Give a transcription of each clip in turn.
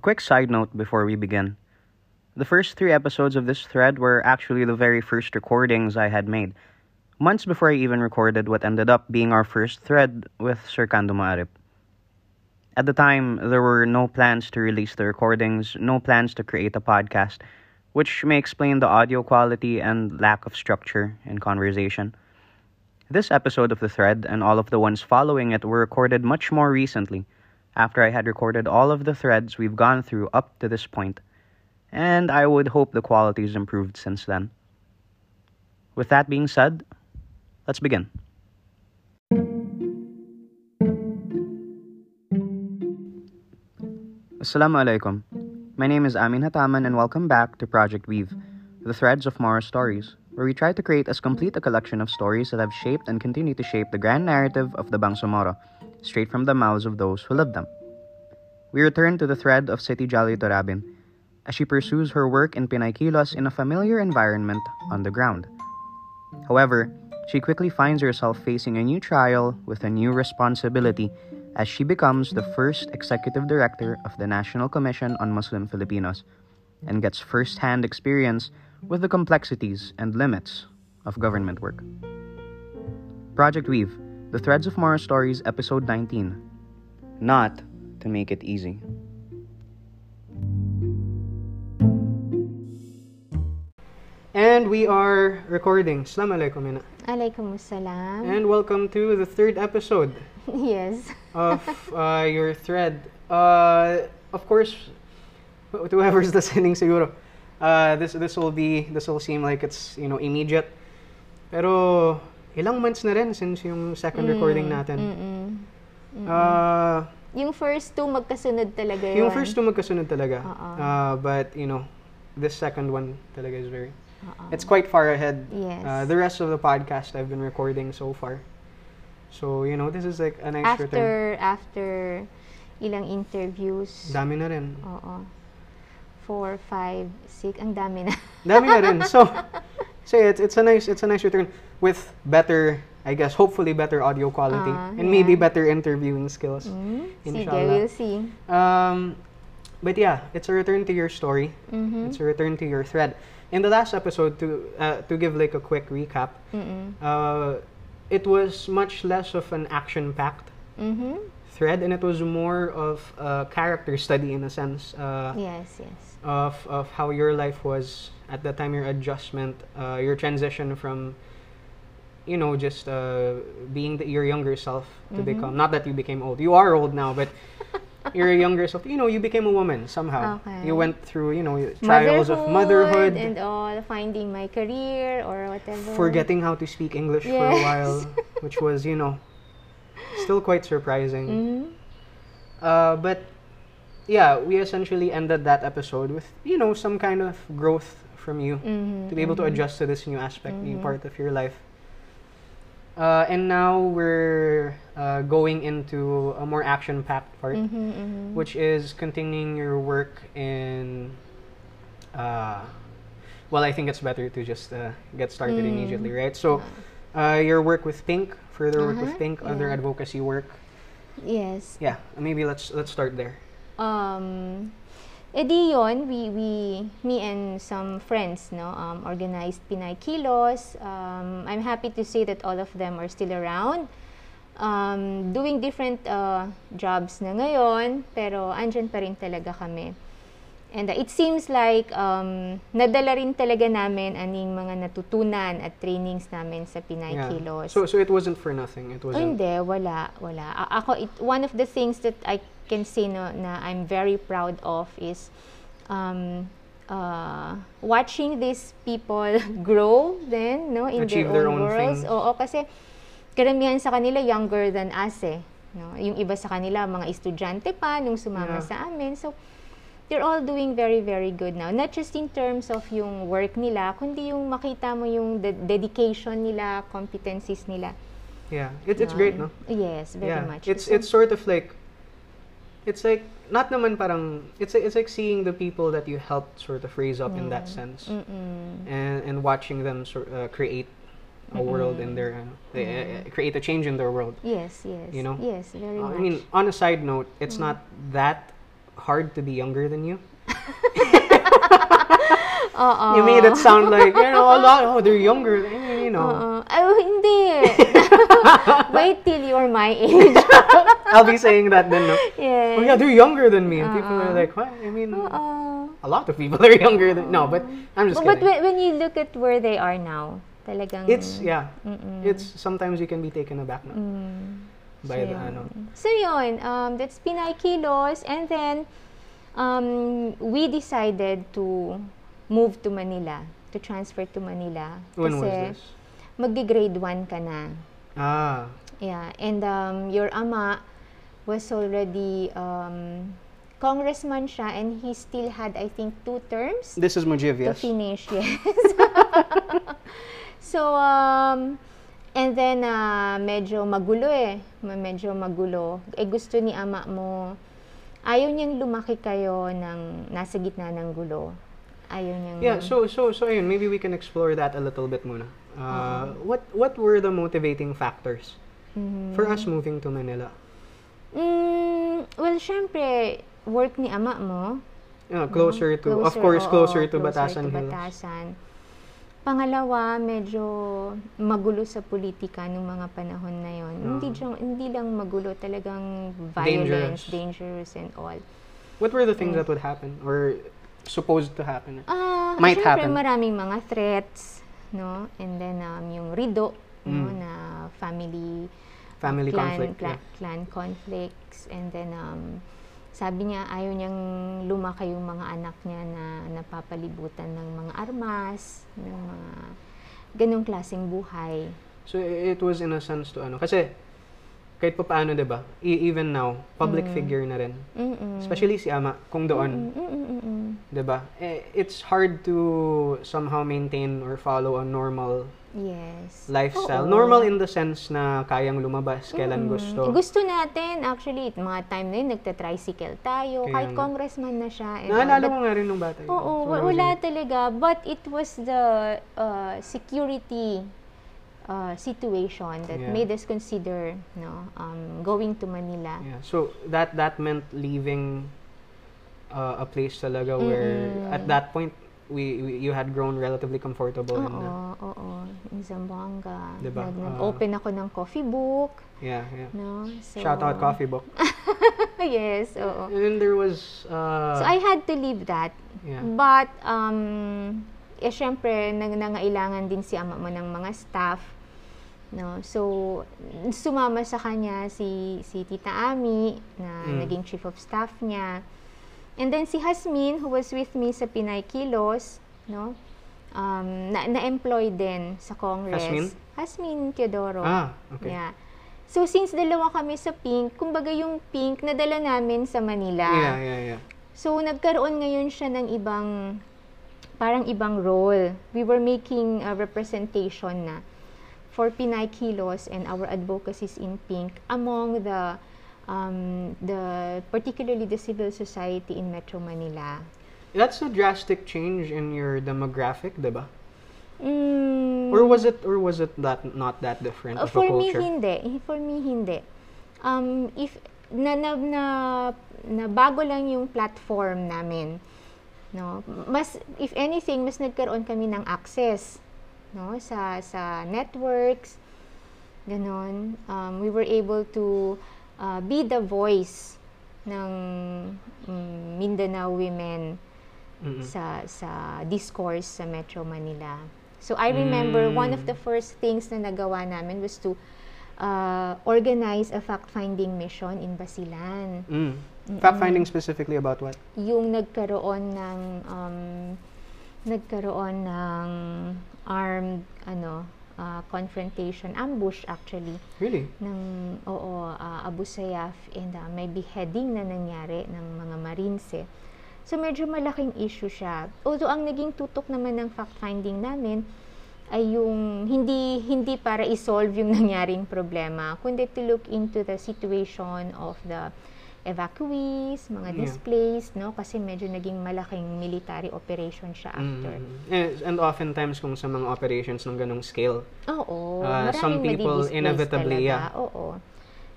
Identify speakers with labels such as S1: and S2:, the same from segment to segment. S1: quick side note before we begin. The first three episodes of this thread were actually the very first recordings I had made, months before I even recorded what ended up being our first thread with Sir Kando Maarip. At the time, there were no plans to release the recordings, no plans to create a podcast, which may explain the audio quality and lack of structure in conversation. This episode of The Thread and all of the ones following it were recorded much more recently, after I had recorded all of the threads we've gone through up to this point, and I would hope the quality's improved since then. With that being said, let's begin. Assalamu alaikum. My name is Amin Hataman and welcome back to Project Weave, the threads of Mara Stories, where we try to create as complete a collection of stories that have shaped and continue to shape the grand narrative of the Bangsamoro, straight from the mouths of those who lived them. We return to the thread of Siti Jolly Torabin, as she pursues her work in Pinay Kilos in a familiar environment on the ground. However, she quickly finds herself facing a new trial with a new responsibility as she becomes the first executive director of the National Commission on Muslim Filipinos and gets first hand experience with the complexities and limits of government work. Project Weave, The Threads of Mara Stories, Episode 19 Not to Make It Easy. And we are recording. Salam alaikum, Mina.
S2: Alaikum salam.
S1: And welcome to the third episode
S2: Yes.
S1: of uh, your thread. Uh, of course, wh- to whoever's listening, siguro, uh, this this will be this will seem like it's you know immediate. Pero ilang months na rin since yung second recording
S2: Mm,
S1: natin.
S2: Mm-mm. mm,
S1: Uh,
S2: Yung first two magkasunod talaga yun.
S1: yung first two magkasunod talaga.
S2: Oo.
S1: Uh, but you know, this second one talaga is very. It's quite far ahead.
S2: Uh-uh. Yes.
S1: Uh, the rest of the podcast I've been recording so far. So, you know, this is like a nice return.
S2: after, after ilang interviews.
S1: Dami na rin.
S2: Oo. Four, five, six. Ang dami na.
S1: Dami na rin. So, so yeah, it's, it's a nice it's a nice return with better, I guess, hopefully better audio quality
S2: Ah,
S1: and maybe
S2: yeah.
S1: better interviewing skills.
S2: Mm, Sige,
S1: Inshallah.
S2: we'll see.
S1: Um, but yeah, it's a return to your story.
S2: Mhm.
S1: It's a return to your thread. In the last episode, to uh, to give like a quick recap,
S2: Mm-mm.
S1: uh, it was much less of an action-packed
S2: Mhm.
S1: thread, and it was more of a character study in a sense. Uh,
S2: Yes, yes.
S1: of of how your life was at that time your adjustment uh, your transition from you know just uh, being the, your younger self to
S2: Mm-hmm.
S1: become not that you became old you are old now but your younger self you know you became a woman somehow
S2: Okay.
S1: you went through you know trials of motherhood
S2: And all, finding my career or whatever.
S1: forgetting how to speak english for a
S2: Yes.
S1: while which was you know still quite surprising
S2: Mhm.
S1: Uh, but yeah, we essentially ended that episode with you know some kind of growth from you
S2: Mhm.
S1: to be able to adjust to this new aspect, new
S2: Mm-hmm.
S1: part of your life. Uh, and now we're uh, going into a more action-packed part,
S2: Mhm, mhm.
S1: which is continuing your work in. Uh, well, I think it's better to just uh, get started
S2: Mm-hmm.
S1: immediately, right? So, uh, your work with Pink, further work with
S2: Uh-huh,
S1: Pink, other
S2: yeah.
S1: advocacy work.
S2: Yes.
S1: Yeah, maybe let's let's start there.
S2: um eh di yun, we, we, me and some friends, no, um, organized Pinay Kilos. Um, I'm happy to say that all of them are still around. Um, doing different uh, jobs na ngayon, pero andyan pa rin talaga kami. And uh, it seems like um, nadala rin talaga namin aning mga natutunan at trainings namin sa Pinay
S1: Yeah.
S2: Kilos.
S1: So so it wasn't for nothing. It
S2: Oh,
S1: wasn't.
S2: hindi, wala, wala. A- ako, it, one of the things that I can say no, na I'm very proud of is um, uh, watching these people grow then, no, in
S1: Achieve
S2: their
S1: their own
S2: own, worlds.
S1: things.
S2: Oo, kasi karamihan sa kanila younger than us eh. No? Yung iba sa kanila, mga estudyante pa nung
S1: Yeah.
S2: sumama sa amin. So, they're all doing very, very good now. Not just in terms of yung work nila, kundi yung makita mo yung de- dedication nila, competencies nila.
S1: Yeah. It, it's great, no?
S2: Um, Yes, very
S1: yeah.
S2: much.
S1: It's
S2: So,
S1: it's sort of like. It's like not naman parang it's like- it's like seeing the people that you helped sort of raise up in that
S2: Mm.
S1: sense,
S2: mm-mm.
S1: and and watching them sort uh, create a
S2: Mm-hmm.
S1: world in their ano, they, uh, create a change in their world.
S2: Yes, yes.
S1: You know?
S2: Yes, Mm-hmm. very
S1: Uh,
S2: much.
S1: I
S2: Mm.
S1: mean, on a side note, it's not that
S3: hard to be younger than you?
S2: Uh-uh.
S3: You made it sound like, you know, a lot, oh, they're younger, than you know.
S1: um,
S2: Oo. Ay, Uh-uh. Oh, hindi. Wait till you're my age. Uh.
S3: I'll be saying that then, no?
S2: yes.
S3: Oh, yeah, they're younger than me.
S2: Uh-uh.
S3: And people are like, what? I mean,
S2: Oo.
S3: a lot of people are younger than, no, but I'm
S2: But,
S3: just
S2: Uh, but
S3: kidding.
S2: when when you look at where they are now, talagang...
S3: It's, yeah, it's, sometimes you can be taken aback no?
S2: Mm.
S3: by the,
S2: Yeah.
S3: ano.
S2: So yun, um, that's Pinay Kilos. And then, um, we decided to move to Manila, to transfer to Manila.
S3: When was
S2: Kasi
S3: this?
S2: maggi-grade 1 ka na.
S3: Ah,
S2: Yeah, and um, your ama was already um, congressman siya and he still had, I think, two terms
S3: this is
S2: to
S3: Mojivias.
S2: finish, yes. so, um, and then, ah, medyo magulo eh. Ma- Medyo magulo. Eh, gusto ni ama mo, ayaw niyang lumaki kayo ng nasa gitna ng gulo. Ayaw niyang...
S3: Yeah, so so so ayun, maybe we can explore that a little bit muna. Uh,
S2: Mm.
S3: what what were the motivating factors for us moving to Manila?
S2: mm-hmm. Mm, well, syempre, work ni ama mo,
S3: Uh, closer to of
S2: Mm. Closer,
S3: course
S2: oo,
S3: closer to
S2: closer to
S3: Batasan Hills.
S2: Batasan. Pangalawa, medyo magulo sa politika nung mga panahon na yon. Hindi, lang, hindi lang magulo, talagang violence,
S3: Mm. Dangerous.
S2: dangerous, and all.
S3: What were the things that would happen or supposed to happen?
S2: Ah,
S3: Might
S2: syempre,
S3: happen.
S2: maraming mga threats, no? And then, um, yung rido, no, na family,
S3: Mm. Family
S2: clan,
S3: conflict,
S2: Clan,
S3: yeah.
S2: clan conflicts, and then, um, sabi niya, ayaw niyang lumaki yung mga anak niya na napapalibutan ng mga armas, ng mga ganong klaseng buhay.
S3: So i- it was in a sense to ano kasi kahit pa paano 'di ba? E- even now, public
S2: Mm.
S3: figure na rin.
S2: Mm-mm.
S3: Especially si Ama kung doon,
S2: Mm-mm-mm-mm.
S3: 'di ba? Eh, it's hard to somehow maintain or follow a normal
S2: Yes. Oo.
S3: lifestyle. Normal in the sense na kayang lumabas kailan gusto.
S2: Mm. Eh, Gusto natin, actually, it- mga time na yun, nagta-tricycle tayo,
S3: Kaya
S2: kahit
S3: nga.
S2: congressman na siya. and all.
S3: Naalala
S2: eh, But-
S3: ko nga rin nung bata. yun.
S2: Oo, wa-
S3: So, when I was
S2: wala
S3: young.
S2: talaga. But it was the uh, security uh, situation that
S3: Yeah.
S2: made us consider no, um, going to Manila.
S3: Yeah. So that that meant leaving uh, a place talaga where at that point we, we you had grown relatively comfortable uh, in
S2: Oo,
S3: the-
S2: oo, in Zamboanga.
S3: Diba?
S2: Nag-
S3: Ah.
S2: Nag-open ako ng coffee book.
S3: yeah, yeah.
S2: No? So,
S3: Shout out coffee book.
S2: yes, oo.
S3: And then there was uh
S2: So I had to leave that.
S3: yeah.
S2: But, um, eh, syempre, nang nangailangan din si ama mo ng mga staff. No? So, sumama sa kanya si, si Tita Ami, na
S3: Mm.
S2: naging chief of staff niya. And then si Hasmin, who was with me sa Pinay Kilos, no? Um, na, na-employ din sa Congress.
S3: Hasmin?
S2: Hasmin Teodoro.
S3: Ah, okay.
S2: Yeah. So, since dalawa kami sa Pink, kumbaga yung Pink, nadala namin sa Manila.
S3: Yeah, yeah, yeah.
S2: So, nagkaroon ngayon siya ng ibang, parang ibang role. We were making a representation na for Pinay Kilos and our advocacies in Pink among the, um, the particularly the civil society in Metro Manila.
S3: That's a drastic change in your demographic, 'di ba?
S2: Mm,
S3: Or was it or was it that not that different
S2: Uh,
S3: of
S2: for
S3: a
S2: me,
S3: culture?
S2: hindi. For me, hindi. Um, if, na, na, na, na bago lang yung platform namin. No? Mas, if anything, mas nagkaroon kami ng access no? sa, sa networks. Ganon. Um, we were able to uh, be the voice ng mm, Mindanao women
S3: Mm-mm.
S2: sa sa discourse sa Metro Manila. So I remember one of the first things na nagawa namin was to uh, organize a fact-finding mission in Basilan.
S3: Mm. Fact finding specifically about what?
S2: Yung nagkaroon ng um, nagkaroon ng armed ano uh, confrontation, ambush actually
S3: Really?
S2: ng oo ah, Abu Sayyaf and ah, may beheading na nangyari ng mga Marines eh. So medyo malaking issue siya. Although ang naging tutok naman ng fact-finding namin ay yung hindi hindi para i-solve yung nangyaring problema, kundi to look into the situation of the evacuees, mga
S3: Yeah.
S2: displaced, no? Kasi medyo naging malaking military operation siya after.
S3: Mm. And, and oftentimes kung sa mga operations ng ganong scale,
S2: Oo.
S3: Uh, some
S2: maraming
S3: people
S2: nadidisplace
S3: inevitably,
S2: talaga.
S3: yeah.
S2: Oo.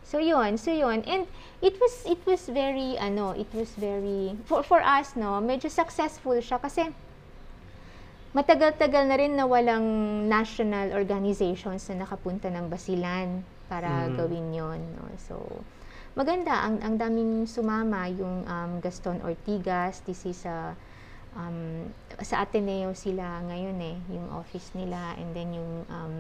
S2: So yun, so yun. And it was it was very ano, it was very for for us no, medyo successful siya kasi matagal-tagal na rin na walang national organizations na nakapunta ng Basilan para
S3: Mm.
S2: gawin yon no? So maganda ang ang daming sumama yung um, Gaston Ortigas, this is a um, sa Ateneo sila ngayon eh, yung office nila and then yung um,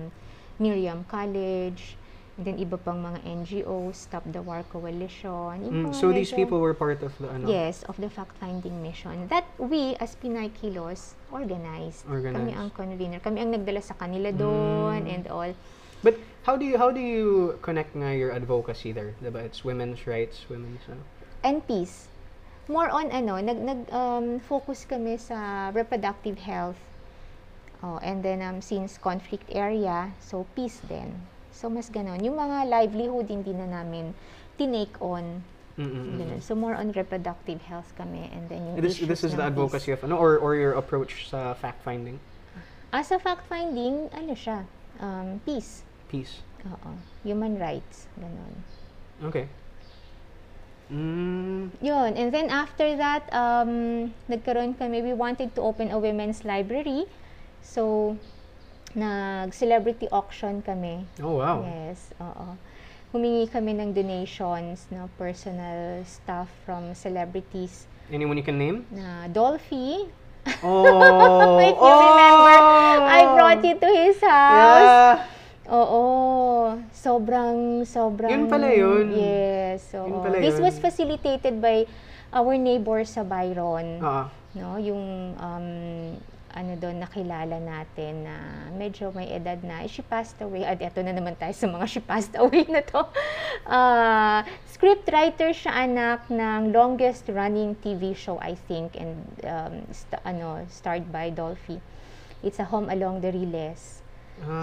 S2: Miriam College and then iba pang mga NGOs, Stop the War Coalition. yung
S3: Mm,
S2: mga
S3: so
S2: medyo-
S3: these people were part of the ano?
S2: Yes, of the fact-finding mission that we as Pinay Kilos organized. Kami
S3: Organized. Mm.
S2: ang convener. Kami ang nagdala sa kanila doon and all.
S3: But how do you how do you connect nga your advocacy there? Diba? It's women's rights, women's ano?
S2: And peace. More on ano, nag nag um, focus kami sa reproductive health. Oh, and then um, since conflict area, so peace din. So mas ganon. Yung mga livelihood hindi na namin tinake on.
S3: Mm-mm.
S2: Ganun. So more on reproductive health kami and then yung
S3: mm, This this
S2: issues
S3: is the
S2: ng peace.
S3: advocacy of ano or or your approach sa fact finding
S2: As a fact-finding, ano siya, um, peace.
S3: piece.
S2: Oo. Human rights. Ganon.
S3: Okay. Mm,
S2: Yun. And then after that, um, nagkaroon kami, we wanted to open a women's library. So, nag-celebrity auction kami.
S3: oh wow.
S2: Yes. Oo. Humingi kami ng donations, no, personal stuff from celebrities
S3: Anyone you can name?
S2: na Dolphy.
S3: Oh.
S2: If you
S3: oh!
S2: remember, I brought you to his house.
S3: Yeah.
S2: Oo. Sobrang, sobrang...
S3: Yun pala yun.
S2: Yes. oo.
S3: Yun pala
S2: This
S3: yun.
S2: was facilitated by our neighbor sa Byron.
S3: Ah,
S2: No? Yung, um, ano doon, nakilala natin na medyo may edad na. She passed away. At eto na naman tayo sa mga she passed away na to. Ah, scriptwriter siya anak ng longest running TV show, I think. And, um, st- ano, starred by Dolphy. It's a home along the Riles.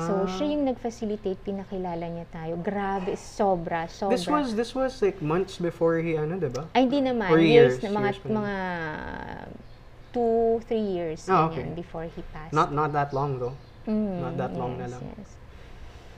S2: So,
S3: ah.
S2: siya yung nag-facilitate, pinakilala niya tayo. Grabe, sobra, sobra.
S3: This was this was like months before he ano, 'di ba?
S2: Ay, hindi naman.
S3: Or
S2: years,
S3: years,
S2: na mga,
S3: years pa yun.
S2: mga two, three years
S3: Ah,
S2: ganyan,
S3: okay.
S2: before he passed.
S3: Not not that long though.
S2: Mm,
S3: not that long na
S2: yes,
S3: lang.
S2: Yes.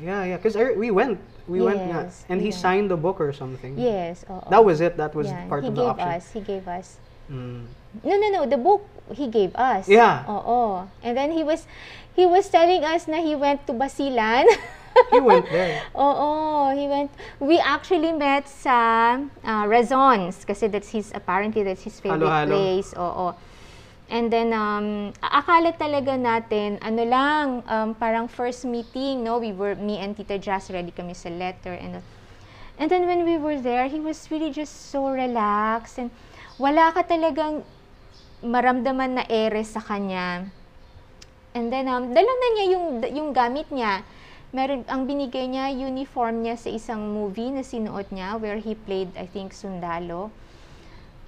S3: Yeah, yeah, cuz we went. We went nga.
S2: Yes,
S3: And
S2: we
S3: he
S2: went.
S3: siyan signed the book or something.
S2: Yes, oo.
S3: That was it. That was
S2: Yan,
S3: part
S2: he
S3: of the
S2: gave
S3: option.
S2: us, he gave us.
S3: Mm.
S2: No, no, no, the book he gave us.
S3: Yeah.
S2: Oo. And then he was, he was telling us na he went to Basilan.
S3: He went there.
S2: Oo, he went. We actually met sa uh, Razons kasi that's his apparently that's his favorite
S3: Halo-halo.
S2: place. Oo. And then um a- akala talaga natin ano lang um, parang first meeting, no? We were me and Tita Jazz ready kami sa letter and And then when we were there, he was really just so relaxed and wala ka talagang maramdaman na ere sa kanya. And then, um, dala na niya yung, yung gamit niya. Meron, ang binigay niya, uniform niya sa isang movie na sinuot niya where he played, I think, sundalo.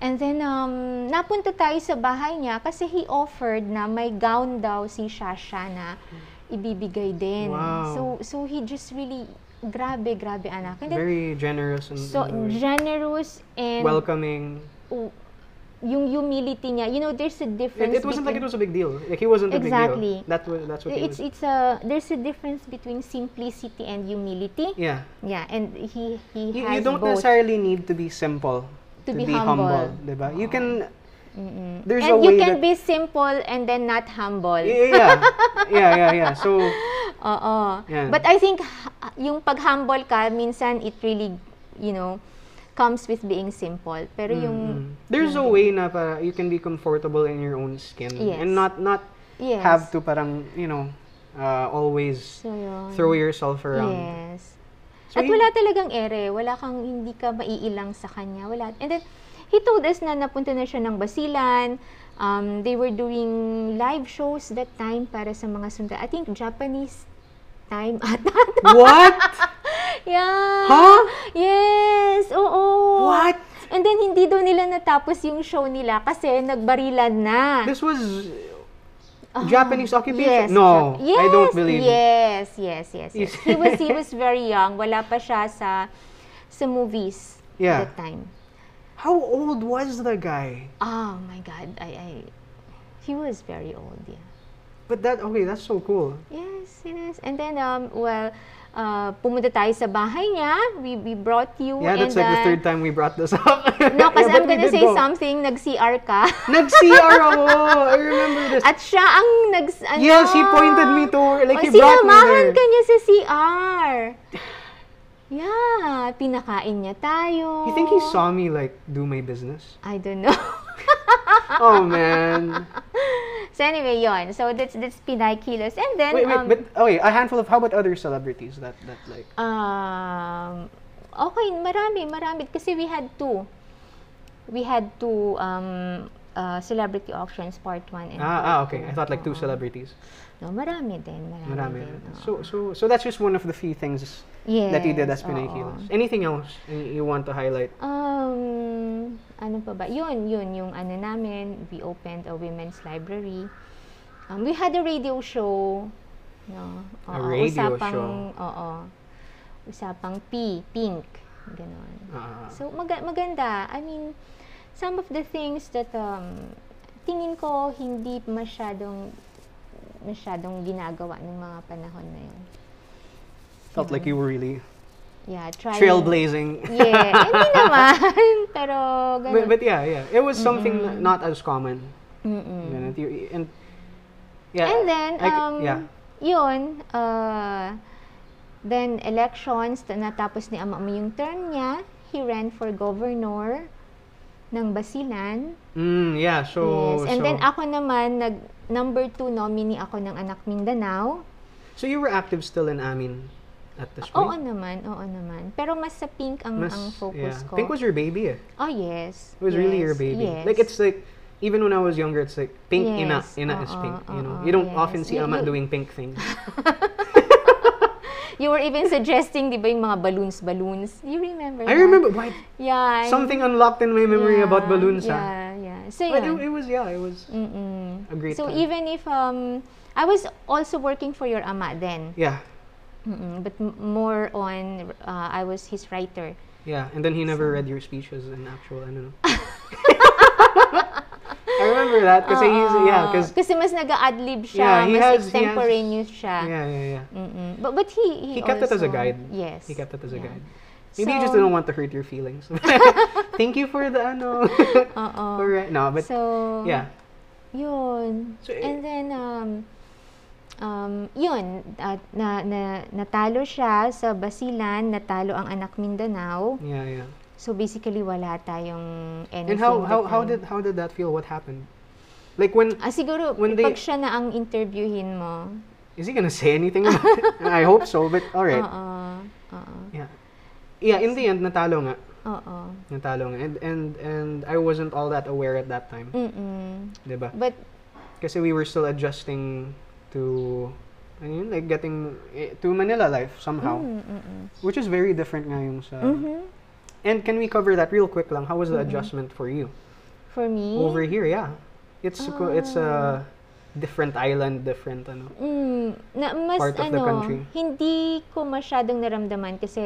S2: And then, um, napunta tayo sa bahay niya kasi he offered na may gown daw si Shasha na ibibigay din.
S3: Wow.
S2: So, so he just really, grabe, grabe anak. And then,
S3: Very generous and
S2: so
S3: and, uh,
S2: generous and
S3: welcoming.
S2: w- yung humility niya. You know, there's a difference.
S3: It, it wasn't like it
S2: between-
S3: was a big deal. Like he wasn't a
S2: Exactly.
S3: big deal. That was that's what he
S2: It's
S3: was.
S2: it's a there's a difference between simplicity and humility. Yeah,
S3: Yeah.
S2: and he he
S3: You,
S2: has
S3: you don't
S2: both.
S3: necessarily need to be simple
S2: To be humble.
S3: diba? You can
S2: Mm-mm.
S3: there's
S2: and
S3: a
S2: you
S3: way
S2: can
S3: that-
S2: be simple and then not humble.
S3: yeah, yeah, yeah, yeah, yeah. So
S2: Oo.
S3: Yan.
S2: But I think ha- yung pag humble ka minsan it really you know comes with being simple. Pero yung
S3: mm, there's a way na para you can be comfortable in your own skin
S2: Mm-hmm. Yes.
S3: and not not
S2: yes.
S3: Mm-hmm. have to parang you know uh, always
S2: so yun.
S3: throw yourself around.
S2: Yes.
S3: So
S2: At
S3: yun-
S2: wala talagang ere, wala kang hindi ka maiilang sa kanya, wala. And then he told us na napunta na siya ng Basilan. Um, they were doing live shows that time para sa mga sunda. I think Japanese time ata.
S3: What?
S2: yeah.
S3: Huh?
S2: Yes. Oo.
S3: What?
S2: And then hindi daw nila natapos yung show nila kasi nagbarilan na.
S3: This was Japanese occupation?
S2: Oh. Yes. Jap-
S3: no,
S2: yes,
S3: I don't believe.
S2: Yes, yes, yes, yes.
S3: Yes.
S2: he was he was very young. Wala pa siya sa sa movies
S3: Yeah.
S2: that time.
S3: How old was the guy?
S2: Oh my god. I I he was very old, yeah.
S3: But that okay, that's so cool.
S2: Yes, yes. And then um well, uh, pumunta tayo sa bahay niya. We, we brought you.
S3: Yeah, that's
S2: and,
S3: like the
S2: uh,
S3: third time we brought this up.
S2: No, because
S3: Yeah,
S2: I'm
S3: but we
S2: gonna
S3: did
S2: say
S3: go.
S2: something, nag-CR ka.
S3: Nag-CR ako! I remember this.
S2: At siya ang nag... Ano,
S3: yes, he pointed me to her. Like,
S2: Ah. Oh,
S3: he brought me
S2: sinamahan
S3: there.
S2: ka niya sa CR. Yeah, pinakain niya tayo.
S3: You think he saw me, like, do my business?
S2: I don't know. Ah.
S3: Oh, man.
S2: so anyway, yon. So that's that's Pinay Kilos. And then
S3: Wait, wait,
S2: um,
S3: but, oh, wait, a handful of, how about other celebrities that, that like,
S2: um okay, marami, marami kasi we had two. We had two um uh, celebrity auctions part 1 and part
S3: ah, ah, okay.
S2: two.
S3: I thought, like, two
S2: Oo.
S3: celebrities.
S2: No, marami din, marami,
S3: Marami.
S2: din. oo.
S3: So, so, so that's just one of the few things
S2: yes,
S3: that you did as Pinay
S2: oo.
S3: Kilos. Anything else y- you want to highlight?
S2: Um, ano pa ba? Yun, yun, yung ano namin, we opened a women's library. Um, we had a radio show. No?
S3: A
S2: Oo,
S3: radio
S2: usapang,
S3: show.
S2: Oo. Usapang P, pink. Ganon.
S3: Ah.
S2: So, maga- maganda. I mean, some of the things that um, tingin ko hindi masyadong masyadong ginagawa ng mga panahon na yun.
S3: felt like you were really
S2: Yeah, trying.
S3: trailblazing.
S2: Yeah, hindi naman. Pero, ganun.
S3: but, but yeah, yeah. It was
S2: Mm-hmm.
S3: something n- not as common.
S2: Mm-mm.
S3: Ganun. You- And, yeah.
S2: Mm. And then,
S3: I c-
S2: um,
S3: yeah.
S2: yun, uh, then elections, ta- natapos ni Ama Ama yung term niya, he ran for governor ng Basilan.
S3: Mm, yeah, so,
S2: yes. And
S3: so,
S2: then ako naman, nag, number two nominee ako ng anak Mindanao.
S3: so you were active still in Amin at this
S2: Oo
S3: point?
S2: naman, oo naman. Pero mas sa pink ang,
S3: Mas-
S2: ang focus
S3: yeah.
S2: ko.
S3: Pink was your baby. Eh.
S2: oh, yes.
S3: It was really your
S2: yes,
S3: baby.
S2: Yes.
S3: Like it's like even when I was younger, it's like pink ina
S2: Yes,
S3: ina is
S2: oo,
S3: pink. You know,
S2: oo,
S3: you don't
S2: yes.
S3: often see
S2: You-
S3: Ama
S2: you-
S3: doing pink things.
S2: You were even suggesting, di ba, yung mga balloons-balloons. You remember
S3: I
S2: that?
S3: remember why
S2: Yeah. I-
S3: something unlocked in my memory about
S2: Yeah,
S3: balloons. ah.
S2: Yeah, yeah. So,
S3: But
S2: yun.
S3: it, it was yeah, it was
S2: Mm-mm.
S3: a great.
S2: So
S3: time.
S2: even if um I was also working for your ama then,
S3: yeah,
S2: Mm-mm. but m- more on uh, I was his writer.
S3: yeah, and then he never read your speeches in actual. I don't know. I remember that because he's yeah, because
S2: Ah. kasi mas nag-adlib
S3: Yeah,
S2: siya, mas
S3: he has- he has-
S2: extemporaneous siya.
S3: yeah, yeah, yeah.
S2: Mm-mm. But but he he,
S3: He kept it as a
S2: also-
S3: guide.
S2: Yes.
S3: He kept it as a
S2: yeah.
S3: guide. Maybe you just
S2: So-
S3: didn't want to hurt your feelings. Thank you for the ano.
S2: Oo.
S3: All right, no, but
S2: uh-uh. so
S3: yeah,
S2: Yun.
S3: So, eh,
S2: And then, um, um, yun, at na, na, natalo siya sa Basilan, natalo ang anak Mindanao.
S3: yeah, yeah.
S2: So basically, wala tayong anything.
S3: And how
S2: that
S3: how, how
S2: time.
S3: did how did that feel? What happened? Like when
S2: Ah, siguro,
S3: when
S2: pag
S3: they-
S2: siya na ang interviewin mo.
S3: is he gonna say anything? About it? I hope so, but all right.
S2: Oo. Oo.
S3: Yeah, yeah. In the end, natalo nga,
S2: Oo.
S3: natalo nga, and and and I wasn't all that aware at that time,
S2: Mm-mm.
S3: diba?
S2: But,
S3: Kasi we were still adjusting to, ano yun, like getting eh, to Manila life somehow,
S2: Mm. mm-mm.
S3: which is very different nga yung sa.
S2: Mhm.
S3: And can we cover that real quick lang? How was the adjustment for you
S2: For Mm-hmm. me,
S3: over here? Yeah, it's a co- it's
S2: Ah.
S3: a different island, different ano.
S2: Mm, na mas
S3: Part of the
S2: ano,
S3: country.
S2: hindi ko masyadong naramdaman kasi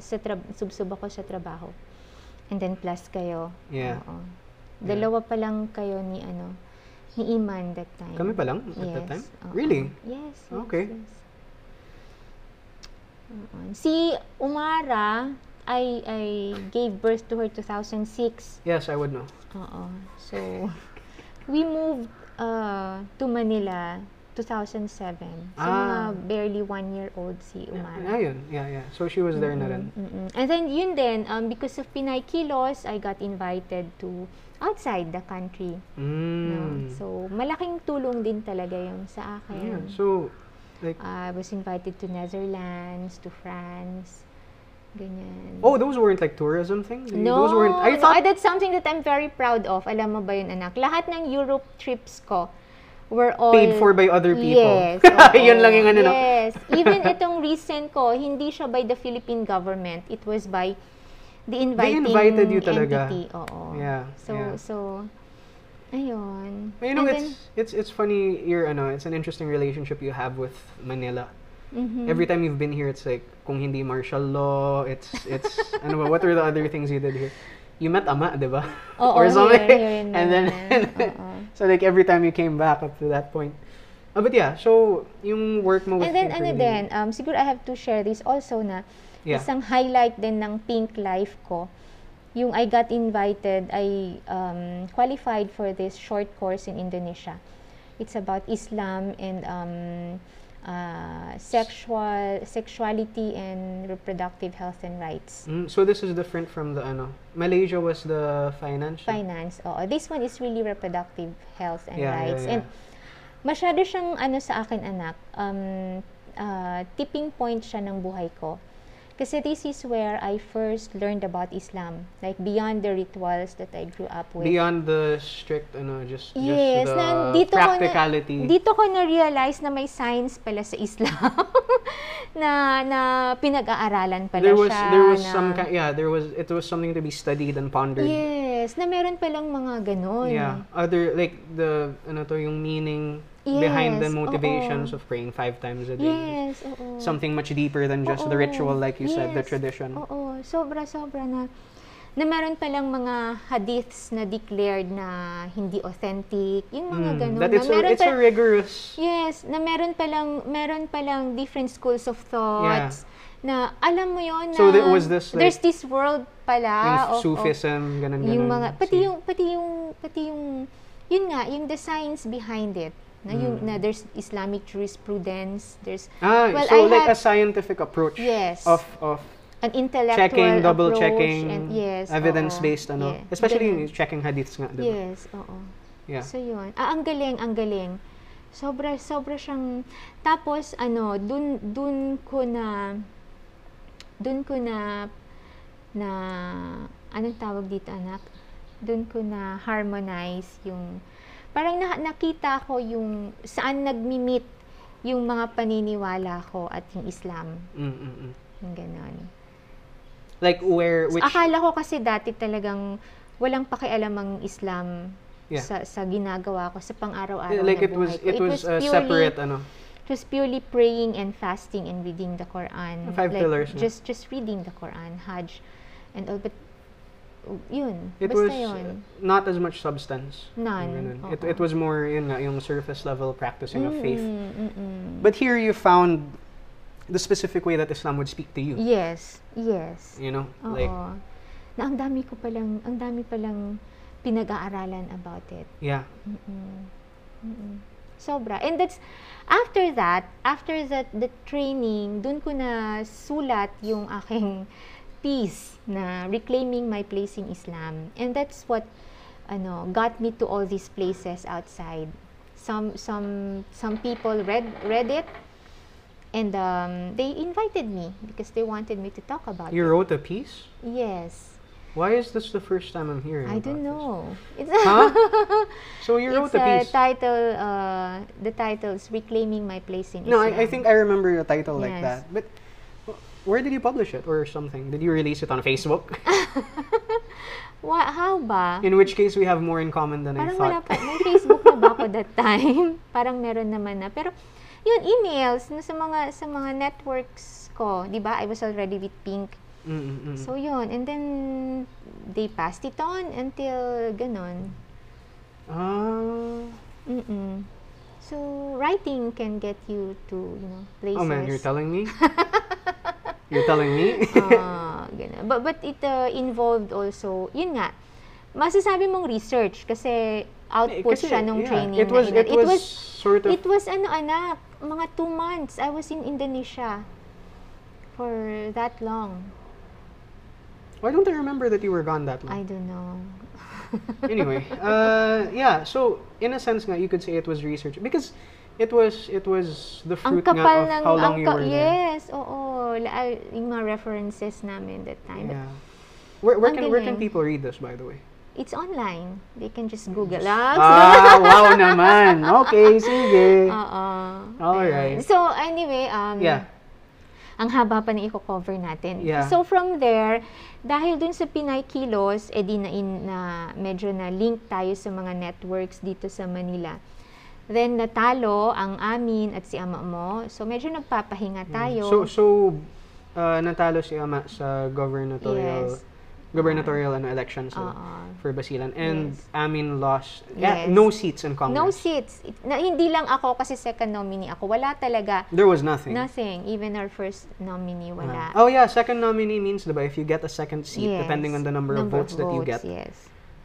S2: sa tra- subsob ako sa trabaho. And then plus kayo.
S3: Yeah.
S2: Oo. Dalawa pa lang kayo ni ano, ni Iman that time.
S3: Kami pa lang at
S2: yes.
S3: that time?
S2: oo.
S3: Really?
S2: Yes. yes,
S3: Okay.
S2: yes. Oo. Si Umara, I I gave birth to her 2006.
S3: Yes, I would know.
S2: Oo. Uh-uh. So, we moved uh, to Manila 2007. So,
S3: Ah.
S2: mga barely one-year-old si Umara.
S3: Ayun, yeah, yeah. So she was there na rin.
S2: Mm-mm. And then, yun din, um, because of Pinay Kilos, I got invited to outside the country. no?
S3: Mm.
S2: So, malaking tulong din talaga yung sa
S3: Yeah,
S2: akin.
S3: so, like,
S2: I was invited to Netherlands, to France, ganyan.
S3: oh, those weren't like tourism things?
S2: No,
S3: Those weren't, I
S2: no,
S3: thought,
S2: that's something that I'm very proud of. Alam mo ba yun, anak? Lahat ng Europe trips ko were all...
S3: paid for by other people.
S2: Yes.
S3: Yun
S2: oo.
S3: lang yung ano, no?
S2: Yes. Even itong recent ko, hindi siya by the Philippine government. It was by the inviting
S3: invited you talaga.
S2: entity. Oo.
S3: Yeah,
S2: So,
S3: yeah.
S2: so, ayun.
S3: But you know,
S2: And
S3: it's, it's, it's funny, you're, ano, it's an interesting relationship you have with Manila.
S2: then, mhm.
S3: Every time you've been here, it's like, kung hindi martial law, it's, it's, ano ba, what are the other things you did here? You met Ama, di ba?
S2: Oo,
S3: Or something.
S2: here- here in
S3: and then,
S2: Manila. Oo.
S3: so like, every time you came back up to that point, Ah, but yeah, so, yung work mo with
S2: And then
S3: Pink
S2: ano
S3: Review.
S2: din, um, siguro I have to share this also na
S3: Yeah.
S2: isang highlight din ng Pink Life ko. Yung I got invited, I um, qualified for this short course in Indonesia. It's about Islam and um, uh, sexual sexuality and reproductive health and rights.
S3: Mm, so this is different from the ano. Malaysia was the finance.
S2: Finance. Oo. This one is really reproductive health and
S3: Yeah, yeah,
S2: rights.
S3: yeah.
S2: And masyado siyang ano sa akin anak, um, uh, tipping point siya ng buhay ko. Kasi this is where I first learned about Islam, like beyond the rituals that I grew up with.
S3: Beyond the strict ano, just
S2: Yes,
S3: just the
S2: na dito ko na
S3: practicality.
S2: dito ko na realize na may science pala sa Islam na na pinag-aaralan pala
S3: there was
S2: siya.
S3: there was
S2: na-
S3: some kind yeah, there was it was something to be studied and pondered.
S2: Yes, na meron palang mga ganon.
S3: Yeah, other like the ano to yung meaning behind the
S2: Yes, oo.
S3: motivations of praying five times a day.
S2: Yes, oo.
S3: Something much deeper than just the
S2: Oo.
S3: ritual, like you said, the
S2: Yes.
S3: tradition.
S2: Oo, sobra-sobra na na meron palang mga hadiths na declared na hindi authentic, yung mga
S3: Mm,
S2: ganun.
S3: that
S2: na
S3: it's a,
S2: meron
S3: it's a
S2: pa-
S3: rigorous.
S2: Yes, na meron palang meron palang different schools of thoughts na alam mo yon na
S3: So there was this, like,
S2: there's this world
S3: Yung
S2: pala of- of
S3: Sufism, ganun ganun.
S2: yung mga pati
S3: See?
S2: yung pati yung pati yung yun nga yung the science behind it na yung
S3: Hmm.
S2: na there's Islamic jurisprudence there's
S3: ah,
S2: well,
S3: so
S2: I
S3: like
S2: had-
S3: a scientific approach.
S2: yes
S3: Of of
S2: an intellectual
S3: checking, double
S2: approach
S3: checking,
S2: and yes oo.
S3: evidence-based, ano.
S2: Yeah,
S3: Especially
S2: ganun.
S3: yung checking hadiths nga, diba?
S2: yes oo
S3: Yeah.
S2: so yun ah, ang galing ang galing sobra sobra siyang tapos ano dun dun ko na dun ko na na anong tawag dito anak dun ko na harmonize yung parang na, nakita ko yung saan nagmi-meet yung mga paniniwala ko at yung Islam
S3: Mm, mm, mm.
S2: yung ganon
S3: Like where, which,
S2: Akala ko kasi dati talagang walang pakialam ang Islam
S3: Yeah.
S2: sa, sa ginagawa ko, sa pang-araw-araw
S3: like
S2: na
S3: it was,
S2: buhay ko.
S3: it was uh,
S2: purely,
S3: separate, ano.
S2: It was purely praying and fasting and reading the Quran.
S3: Five
S2: like,
S3: pillars, no?
S2: Just, just reading the Quran, Hajj, and all. But, uh, yun.
S3: It
S2: basta
S3: was uh,
S2: yun.
S3: not as much substance. Yung
S2: None,
S3: ganun.
S2: oo.
S3: It, it was more, yun nga, yung surface level practicing of faith.
S2: Mm, mm, mm.
S3: But here you found the specific way that Islam would speak to you.
S2: Yes, yes.
S3: You know,
S2: Oo.
S3: like,
S2: na ang dami ko palang, ang dami palang pinag-aaralan about it.
S3: yeah.
S2: Mm-mm. Mm-mm. Sobra. And that's, after that, after that, the training, dun ko na sulat yung aking piece na Reclaiming My Place in Islam. And that's what, ano, got me to all these places outside. Some, some, some people read, read it, and um, they invited me because they wanted me to talk about
S3: You
S2: it.
S3: wrote a piece?
S2: Yes.
S3: Why is this the first time I'm hearing
S2: I
S3: about
S2: don't
S3: this?
S2: know. It's
S3: Huh? So you wrote
S2: It's
S3: a
S2: a
S3: piece.
S2: title. Uh, the title is "Reclaiming My Place in
S3: No,
S2: Islam."
S3: I, I think I remember a title like
S2: Yes.
S3: that. But wh- where did you publish it or something? Did you release it on Facebook?
S2: Wha- how ba?
S3: in which case, we have more in common than I
S2: Parang wala
S3: thought.
S2: pa. May Facebook na ba ako that time? Parang meron naman na. Pero yun emails no, sa mga sa mga networks ko, 'di ba? I was already with Pink.
S3: Mm-mm-mm.
S2: So yun, and then they passed it on until ganon.
S3: Ah.
S2: Mm-mm. So writing can get you to, you know, places.
S3: oh man, you're telling me? you're telling me?
S2: Ah, ganun. But, but it uh, involved also, yun nga, masasabi mong research kasi output
S3: Kasi,
S2: siya nung
S3: yeah,
S2: training.
S3: It was,
S2: na
S3: it
S2: ilan.
S3: was, sort of.
S2: it was ano anak, mga two months. I was in Indonesia for that long.
S3: why don't I remember that you were gone that
S2: I
S3: long?
S2: don't know.
S3: anyway, uh, yeah. So in a sense, nga, you could say it was research because it was it was the
S2: ang
S3: fruit nga
S2: kapal
S3: of
S2: ng,
S3: how long
S2: ang
S3: you
S2: ka-
S3: were there.
S2: yes, oo. La- yung mga references namin that time. But
S3: Yeah. Where, where
S2: Ang
S3: can where
S2: galing.
S3: can people read this, by the way?
S2: It's online. They can just
S3: Mm.
S2: Google. Ah,
S3: Ah, wow naman. Okay, sige.
S2: Oo.
S3: Alright.
S2: Ayun. So, anyway, um,
S3: Ah. Yeah.
S2: ang haba pa na i-cover natin.
S3: Yeah.
S2: So, from there, dahil dun sa Pinay Kilos, eh di na, in, na medyo na link tayo sa mga networks dito sa Manila. Then, natalo ang amin at si ama mo. So, medyo
S3: Mm.
S2: nagpapahinga tayo.
S3: So, so, uh, natalo si Ama sa gubernatorial
S2: Yes.
S3: gubernatorial ano, elections ano,
S2: Oo.
S3: for Basilan. And
S2: Yes.
S3: Amin lost yeah,
S2: Yes.
S3: no seats in Congress.
S2: No seats. It- na, hindi lang ako kasi second nominee ako. Wala talaga.
S3: There was nothing.
S2: Nothing. Even our first nominee, wala.
S3: Uh, oh yeah, second nominee means diba, if you get a second seat,
S2: Yes.
S3: depending on the number, of votes that you get,
S2: Yes.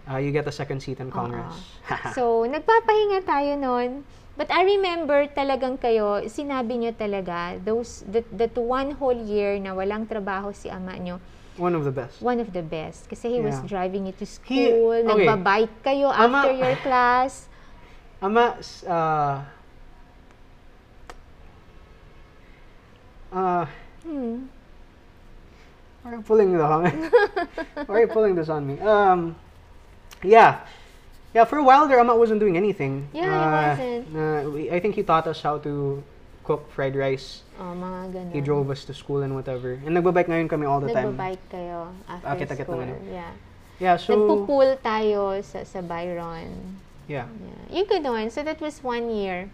S3: uh, you get a second seat in Congress.
S2: Uh-huh. so, nagpapahinga tayo noon. But I remember talagang kayo, sinabi nyo talaga, those, that, that one whole year na walang trabaho si ama nyo,
S3: One of the best.
S2: one of the best. Kasi he was
S3: Yeah.
S2: driving you to
S3: He-
S2: school,
S3: okay.
S2: nagbabike kayo
S3: Ama-
S2: after your class.
S3: Ama, s- uh, uh,
S2: Hmm.
S3: why are you pulling it on me? why are you pulling this on me? Um, yeah. Yeah, for a while there, Ama wasn't doing anything.
S2: Yeah, he wasn't.
S3: uh, we- I think he taught us how to cook fried rice.
S2: Oh, mga ganun.
S3: He drove us to school and whatever. And nagbabike ngayon kami all the time.
S2: Nagbabike kayo after
S3: Akit-akit ng
S2: school.
S3: ano.
S2: Yeah.
S3: Yeah, so,
S2: Nagpo-pool tayo sa, sa Byron.
S3: yeah.
S2: Yeah. Yung ganun. So, that was one year.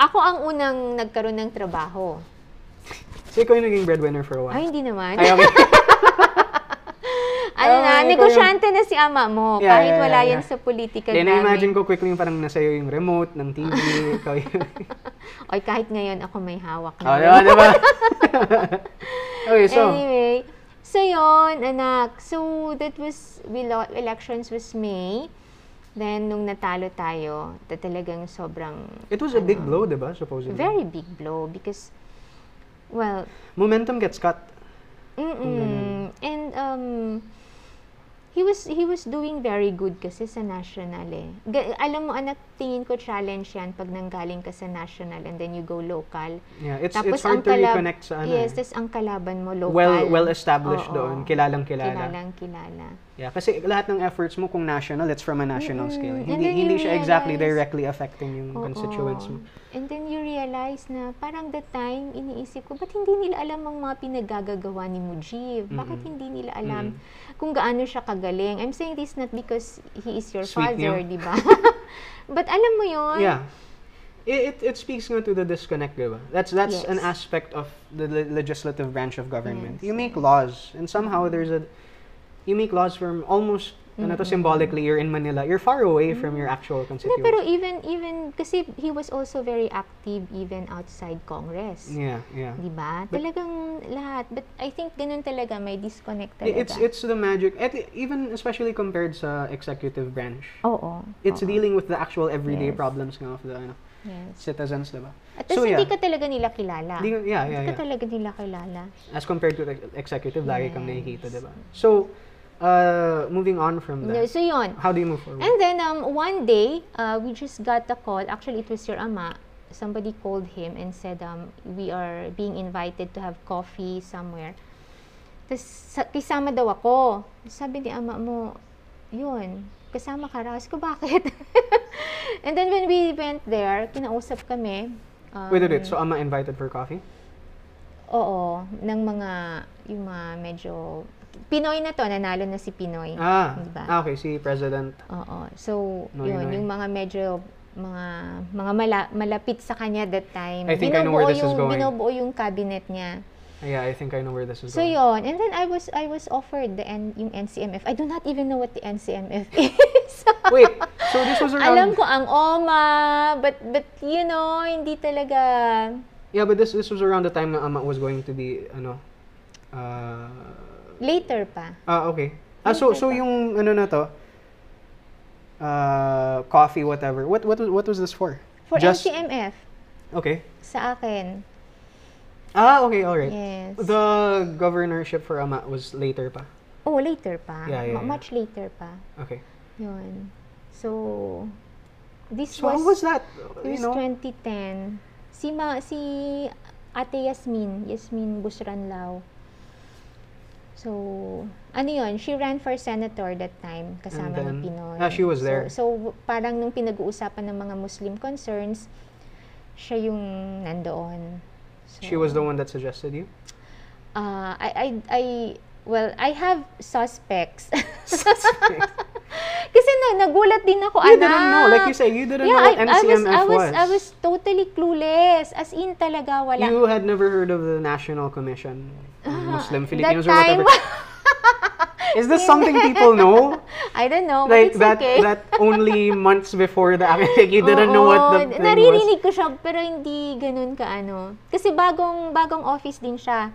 S2: Ako ang unang nagkaroon ng trabaho.
S3: So, ikaw yung naging breadwinner for a while.
S2: Ay, hindi naman.
S3: Ah, Ay, okay.
S2: ano na,
S3: Ay,
S2: negosyante na si ama mo.
S3: Yeah,
S2: kahit
S3: yeah,
S2: wala
S3: yeah,
S2: yan
S3: yeah.
S2: sa political
S3: Then, na-imagine
S2: namin.
S3: ko quickly yung parang nasa yung remote ng TV. ikaw yung...
S2: Oy, kahit ngayon ako may hawak na.
S3: Oh, diba, diba? okay, so,
S2: anyway, so yon anak. So, that was, we lo- elections was May. Then, nung natalo tayo, ta- talagang sobrang,
S3: it was a big blow, diba, supposedly?
S2: very big blow because, well,
S3: Momentum gets cut.
S2: Mm-mm. And um he was he was doing very good kasi sa national eh. Ga- alam mo anak, tingin ko challenge 'yan pag nanggaling ka sa national and then you go local.
S3: Yeah, it's,
S2: Tapos
S3: it's
S2: ang
S3: hard to
S2: kalab-
S3: reconnect sa ano.
S2: Yes,
S3: eh.
S2: tas ang kalaban mo local.
S3: well, well established
S2: Oo.
S3: doon, kilalang kilala.
S2: Kilalang kilala.
S3: Yeah, kasi lahat ng efforts mo kung national, it's from a national
S2: Mm-mm.
S3: scale.
S2: And
S3: Hindi
S2: then
S3: hindi
S2: you
S3: siya exactly
S2: realize-
S3: directly affecting yung
S2: Oo.
S3: constituents mo.
S2: And then you realize na parang that time, iniisip ko, ba't hindi nila alam ang mga pinagagagawa ni Mujib? Bakit
S3: Mm-mm.
S2: hindi nila alam kung gaano siya kagaling? I'm saying this not because he is your
S3: Sweet
S2: father,
S3: niyo.
S2: di ba? But alam mo yon
S3: Yeah. It, it, it speaks nga to the disconnect, diba? That's that's an
S2: Yes.
S3: aspect of the le- legislative branch of government.
S2: Yes,
S3: You make laws, and somehow there's a you make laws from almost ano to, symbolically you're in Manila. You're far away from your actual
S2: Hindi,
S3: constituents.
S2: pero even, even, kasi he was also very active even outside Congress.
S3: yeah, yeah.
S2: Di ba?
S3: But-
S2: Talagang lahat. But I think ganun talaga, may disconnect
S3: I-
S2: talaga.
S3: It's it's the magic. At, even especially compared sa executive branch.
S2: Oo.
S3: It's
S2: oo.
S3: dealing with the actual
S2: Uh-huh.
S3: everyday
S2: Yes.
S3: problems nga of the ano,
S2: Yes.
S3: citizens, diba?
S2: At tas
S3: So,
S2: hindi
S3: yeah.
S2: ka talaga nila kilala.
S3: Di- yeah, yeah,
S2: Hindi
S3: yeah.
S2: ka talaga nila kilala.
S3: As compared to the executive, lagi kang
S2: Yes.
S3: nakikita, diba? So, uh, moving on from
S2: No,
S3: that,
S2: so, yun.
S3: how do you move forward?
S2: And then, um, one day, uh, we just got a call. Actually, it was your ama. Somebody called him and said, um, we are being invited to have coffee somewhere. Tapos, sa- kasama daw ako. Sabi ni ama mo, yun, kasama ka raw. Sabi ko, bakit? and then, when we went there, kinausap kami. Um,
S3: Wait, wait, wait. So, ama invited for coffee?
S2: Oo, ng mga, yung mga medyo, Pinoy na to, nanalo na si Pinoy.
S3: Ah,
S2: Di ba?
S3: ah okay. Si President.
S2: Oo, so,
S3: Noy,
S2: yun,
S3: noy.
S2: yung mga medyo, mga, mga mala- malapit sa kanya that time.
S3: I think I know where
S2: Binubuo
S3: this is
S2: yung-
S3: going.
S2: Binubuo yung cabinet niya.
S3: Yeah, I think I know where this is
S2: So,
S3: going.
S2: yun. And then, I was, I was offered the N, yung NCMF. I do not even know what the NCMF is.
S3: Wait, so this was around...
S2: Alam ko ang OMA, but, but, you know, hindi talaga,
S3: Yeah, but this this was around the time na ama was going to be, ano, uh,
S2: later pa.
S3: ah, okay. Ah, so, so yung, ano na to, uh, coffee, whatever. What, what, was- what was this for?
S2: For
S3: Just-
S2: NCMF,
S3: Okay.
S2: sa akin.
S3: Ah, okay, alright.
S2: Yes.
S3: The governorship for ama was later pa.
S2: Oh, later pa.
S3: Yeah, yeah,
S2: Ma-
S3: yeah.
S2: Much later pa.
S3: Okay.
S2: Yun. So, this
S3: So,
S2: was,
S3: how was that?
S2: this
S3: You know?
S2: 2010. Si, ma, si Ate Yasmin, Yasmin Busranlao. So, ano yun, she ran for senator that time, kasama
S3: And then-
S2: ni Pinoy.
S3: Ah, she was
S2: So-
S3: there.
S2: So, parang nung pinag-uusapan ng mga Muslim concerns, siya yung nandoon. So,
S3: She was the one that suggested you?
S2: Ah, I, I, I, well, I have suspects. Kasi na, nagulat din ako,
S3: You
S2: anak.
S3: didn't know. Like you say, you didn't know what
S2: yeah, I, I was,
S3: NCMF
S2: I was, I was totally clueless. As in talaga, wala.
S3: You had never heard of the National Commission on Muslim
S2: That
S3: Filipinos or
S2: time,
S3: whatever. Is this something people know?
S2: I don't know, but
S3: Like
S2: Oh, it's
S3: that
S2: okay.
S3: that only months before the act- like you didn't know what
S2: Oo,
S3: the thing
S2: Oh,
S3: was.
S2: Naririnig ko siya, pero hindi ganun ka ano. Kasi bagong bagong office din siya.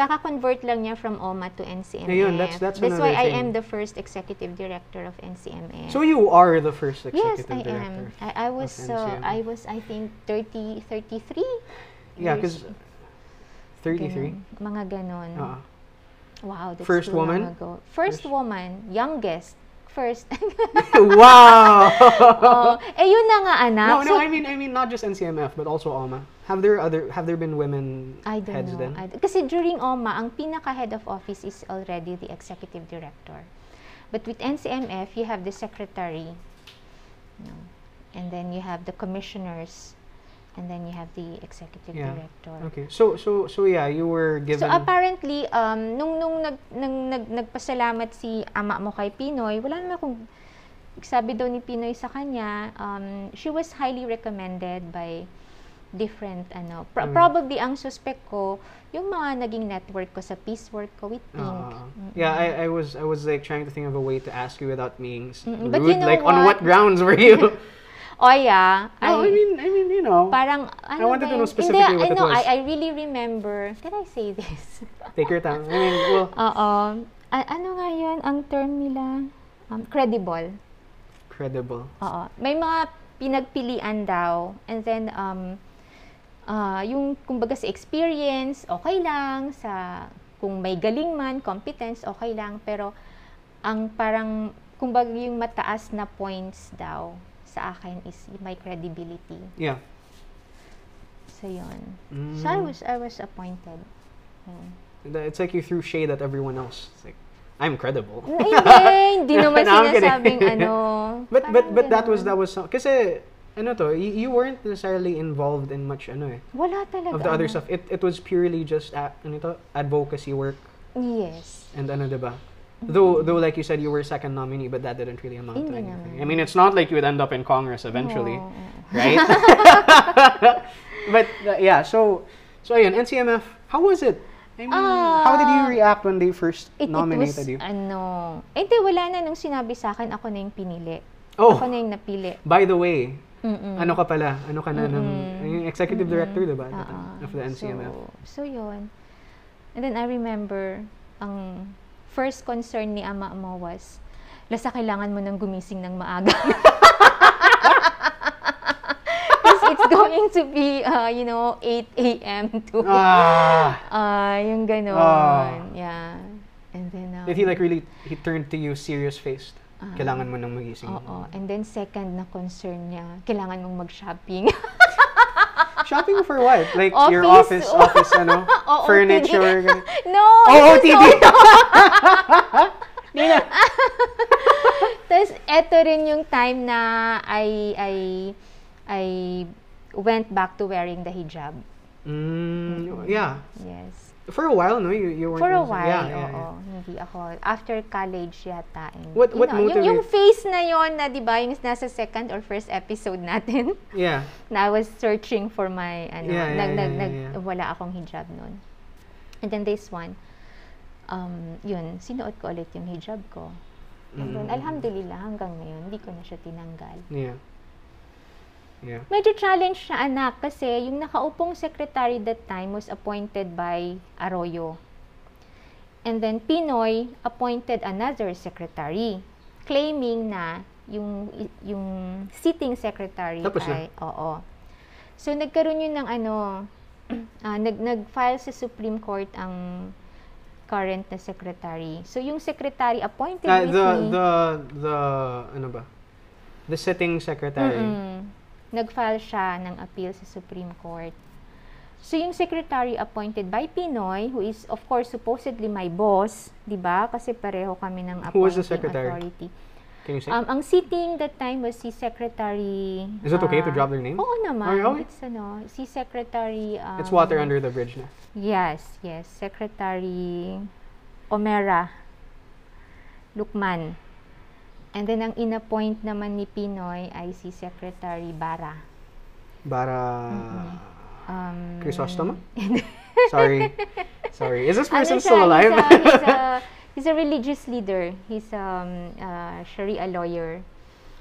S2: Kaka-convert lang niya from OMA to NCMF.
S3: Ayun, that's- that's
S2: why
S3: another
S2: I am
S3: thing.
S2: the first executive director of NCMF.
S3: So you are the first
S2: yes,
S3: executive
S2: I
S3: director.
S2: am. I, I was
S3: of
S2: uh,
S3: NCMF.
S2: I was I think 30 33.
S3: Yeah,
S2: years-
S3: because 33.
S2: ganun. Mga ganon.
S3: Uh-uh.
S2: Wow, that's
S3: First
S2: too long
S3: woman?
S2: ago. First woman, youngest, first.
S3: wow.
S2: oh, eh yun na nga anak.
S3: No, no,
S2: So,
S3: I mean I mean not just NCMF but also ALMA. Have there other have there been women
S2: I don't
S3: heads
S2: know.
S3: then?
S2: I d- kasi during OMA, ang pinaka-head of office is already the executive director. But with NCMF, you have the secretary. no? And then you have the commissioners. And then you have the executive
S3: Yeah.
S2: director.
S3: Okay. So so so yeah, you were
S2: So
S3: given
S2: apparently, um, nung, nung, nag, nang- nag, nagpasalamat si ama mo kay Pinoy, wala naman akong sabi daw ni Pinoy sa kanya, um, she was highly recommended by different, ano, pro-
S3: Mm.
S2: probably ang suspect ko, yung mga naging network ko sa peace work ko with Pink.
S3: Uh, yeah, I, I was I was like trying to think of a way to ask you without being s-
S2: Mm-mm,
S3: rude.
S2: but you know
S3: like on
S2: what?
S3: what grounds were you?
S2: oh yeah,
S3: no, I mean I mean you know
S2: parang, ano
S3: wanted
S2: ba
S3: to know
S2: yun?
S3: specifically
S2: Hindi, I
S3: what it
S2: know, I,
S3: was.
S2: I really remember, can I say this?
S3: take your time. I mean well
S2: Oo. A- ano nga yun, ang term nila? Um, credible.
S3: credible.
S2: Oo. May mga pinagpilian daw. And then, um, ah, yung kumbaga sa experience, okay lang. Sa, kung may galing man, competence, okay lang. Pero, ang parang, kumbaga yung mataas na points daw sa akin is my credibility.
S3: Yeah.
S2: So, yun.
S3: Mm.
S2: So, I was, I was appointed. Hmm.
S3: It's like you threw shade at everyone else. It's like I'm credible.
S2: hindi, hindi naman
S3: No, I'm kidding.
S2: sinasabing ano.
S3: But
S2: Parang
S3: but but that was
S2: ganun.
S3: that was some, kasi ano to you, you weren't necessarily involved in much ano eh,
S2: Wala talaga.
S3: of the other
S2: ano.
S3: stuff. It it was purely just a, ano to, advocacy work
S2: Yes.
S3: and ano diba? Though though like you said you were second nominee but that didn't really amount to
S2: Mm-hmm. Hindi
S3: anything.
S2: naman.
S3: I mean it's not like you would end up in Congress eventually,
S2: Oo, oo.
S3: right? but uh, yeah, so so ayun, NCMF, how was it? I mean, how did you
S2: Ah,
S3: react when they first
S2: It, it was,
S3: nominated you?
S2: ano, eh di, wala na nung sinabi sa akin, ako na yung pinili.
S3: Oh,
S2: Ako na yung napili.
S3: by the way,
S2: Mm-mm.
S3: ano ka pala? Ano ka na ng
S2: Mm. Mm-mm.
S3: yung executive director, diba? at the time,
S2: Ah,
S3: Of the NCMF.
S2: So, so yun. And then I remember, ang first concern ni ama mo was, Lasa, kailangan mo nang gumising ng maaga. Because it's going to be, uh, you know, 8 a.m. to,
S3: ah,
S2: ah, yung ganon.
S3: Ah.
S2: Yeah. And then, um,
S3: did he like really? He turned to you serious faced.
S2: Ah.
S3: Kailangan mo nang magising.
S2: Oo. And then second na concern niya, kailangan mong mag-shopping.
S3: Shopping for what? Like your
S2: Office.
S3: office, office, ano?
S2: Oo,
S3: furniture. ganun.
S2: no!
S3: Oh,
S2: this is
S3: OOTD!
S2: so- Tapos, eto rin yung time na I, I, I went back to wearing the hijab.
S3: Mm, yeah.
S2: Yes.
S3: For a while, no? You, you weren't
S2: For a
S3: using-
S2: while,
S3: Yeah,
S2: oo.
S3: yeah, yeah.
S2: Hindi ako. After college yata. And,
S3: What-
S2: you
S3: what
S2: know, yung, yung
S3: motivate-
S2: face na yon na, di ba, yung nasa second or first episode natin,
S3: Yeah.
S2: na I was searching for my, ano,
S3: Yeah, yeah,
S2: nag,
S3: yeah,
S2: nag,
S3: yeah,
S2: nag,
S3: yeah.
S2: wala akong hijab noon. And then this one, um, yun, sinuot ko ulit yung hijab ko. And then,
S3: Mm.
S2: alhamdulillah, hanggang ngayon, hindi ko na siya tinanggal.
S3: Yeah. Yeah.
S2: Medyo challenge siya, anak, kasi yung nakaupong secretary that time was appointed by Arroyo. And then, Pinoy appointed another secretary, claiming na yung, yung sitting secretary
S3: Tapos na.
S2: ay, oo. So, nagkaroon yun ng ano, ah, nag, nag-file sa Supreme Court ang current na secretary. So, yung secretary appointed
S3: Uh,
S2: with
S3: the
S2: me,
S3: the the ano ba? The sitting secretary.
S2: Mm-mm. Nag-file siya ng appeal sa Supreme Court. So, yung secretary appointed by Pinoy, who is, of course, supposedly my boss, di ba? Kasi pareho kami ng appointing
S3: Who was the secretary?
S2: authority.
S3: Can you say?
S2: Um, ang sitting that time was si Secretary...
S3: Is it okay
S2: ah,
S3: to drop their name?
S2: Oo naman.
S3: Are you okay?
S2: It's, ano, si Secretary... Um,
S3: it's water under the bridge na.
S2: Yes, yes. Secretary Omera Lukman. And then, ang inappoint naman ni Pinoy ay si Secretary Bara.
S3: Bara
S2: Um,
S3: Chrysostoma? Sorry. Sorry. Is this
S2: ano
S3: person
S2: siya,
S3: still alive?
S2: He's a, he's a, he's a religious leader. He's um uh, Sharia lawyer.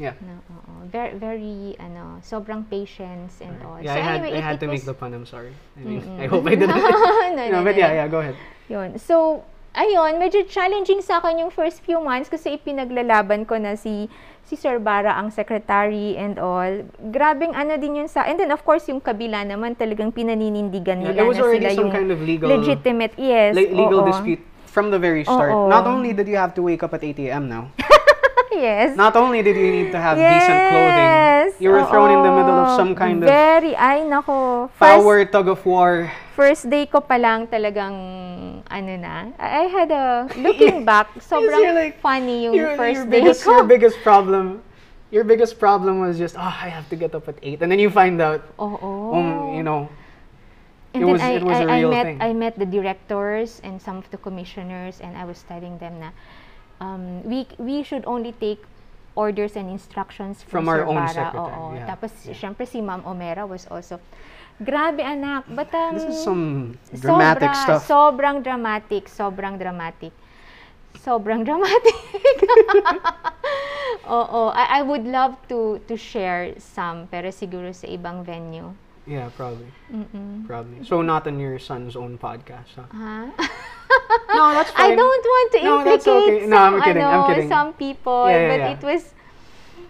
S3: Yeah.
S2: No, oo. Very, very, ano, sobrang patience and all.
S3: Yeah,
S2: Oh, so
S3: I had
S2: anyway,
S3: I
S2: it-
S3: had
S2: it
S3: to make
S2: was-
S3: the pun. I'm sorry. I mean, I hope I didn't.
S2: no,
S3: you
S2: no,
S3: know,
S2: no,
S3: but yeah,
S2: no.
S3: yeah, go ahead.
S2: Yun. So, ayun, medyo challenging sa akin yung first few months kasi ipinaglalaban ko na si si Sir Bara ang secretary and all. Grabing ano din yun sa... And then, of course, yung kabila naman talagang pinaninindigan
S3: Yeah,
S2: nila
S3: there was
S2: na
S3: already
S2: sila
S3: some
S2: yung
S3: kind of legal
S2: legitimate. Yes,
S3: le- legal
S2: oo.
S3: dispute from the very start.
S2: Oo.
S3: Not only did you have to wake up at 8 a.m. now,
S2: yes.
S3: not only did you need to have decent
S2: Yes,
S3: clothing, you were thrown in the middle
S2: oo.
S3: of some kind of
S2: Very, ay nako. First-
S3: power tug of war.
S2: first day ko pa lang talagang ano na. I I had a looking back,
S3: you're
S2: sobrang
S3: like-
S2: funny yung
S3: Your,
S2: first
S3: your
S2: day
S3: biggest,
S2: ko.
S3: your biggest problem, your biggest problem was just, oh, I have to get up at 8. And then you find out,
S2: Oo.
S3: um, you know,
S2: Oh, and
S3: it
S2: then
S3: was-
S2: I,
S3: it was
S2: I,
S3: a
S2: I
S3: real
S2: met
S3: thing.
S2: I met the directors and some of the commissioners and I was telling them na um, we we should only take orders and instructions from,
S3: From our
S2: Sir
S3: own
S2: Bara.
S3: secretary,
S2: Oo.
S3: yeah,
S2: Tapos
S3: yeah.
S2: syempre si Ma'am Omera was also Grabe anak, but um,
S3: this is some dramatic
S2: Sobra,
S3: stuff.
S2: Sobrang dramatic, sobrang dramatic. Sobrang dramatic. Oo, I, I would love to to share some pero siguro sa ibang venue.
S3: yeah, probably. Probably. So, not on your son's own podcast. Huh?
S2: Ha?
S3: No, that's
S2: Uh, I
S3: fine.
S2: don't want to
S3: No, that's
S2: implicate
S3: okay. No,
S2: some,
S3: I'm kidding,
S2: ano,
S3: I'm kidding.
S2: some people,
S3: Yeah, yeah,
S2: but
S3: yeah.
S2: it was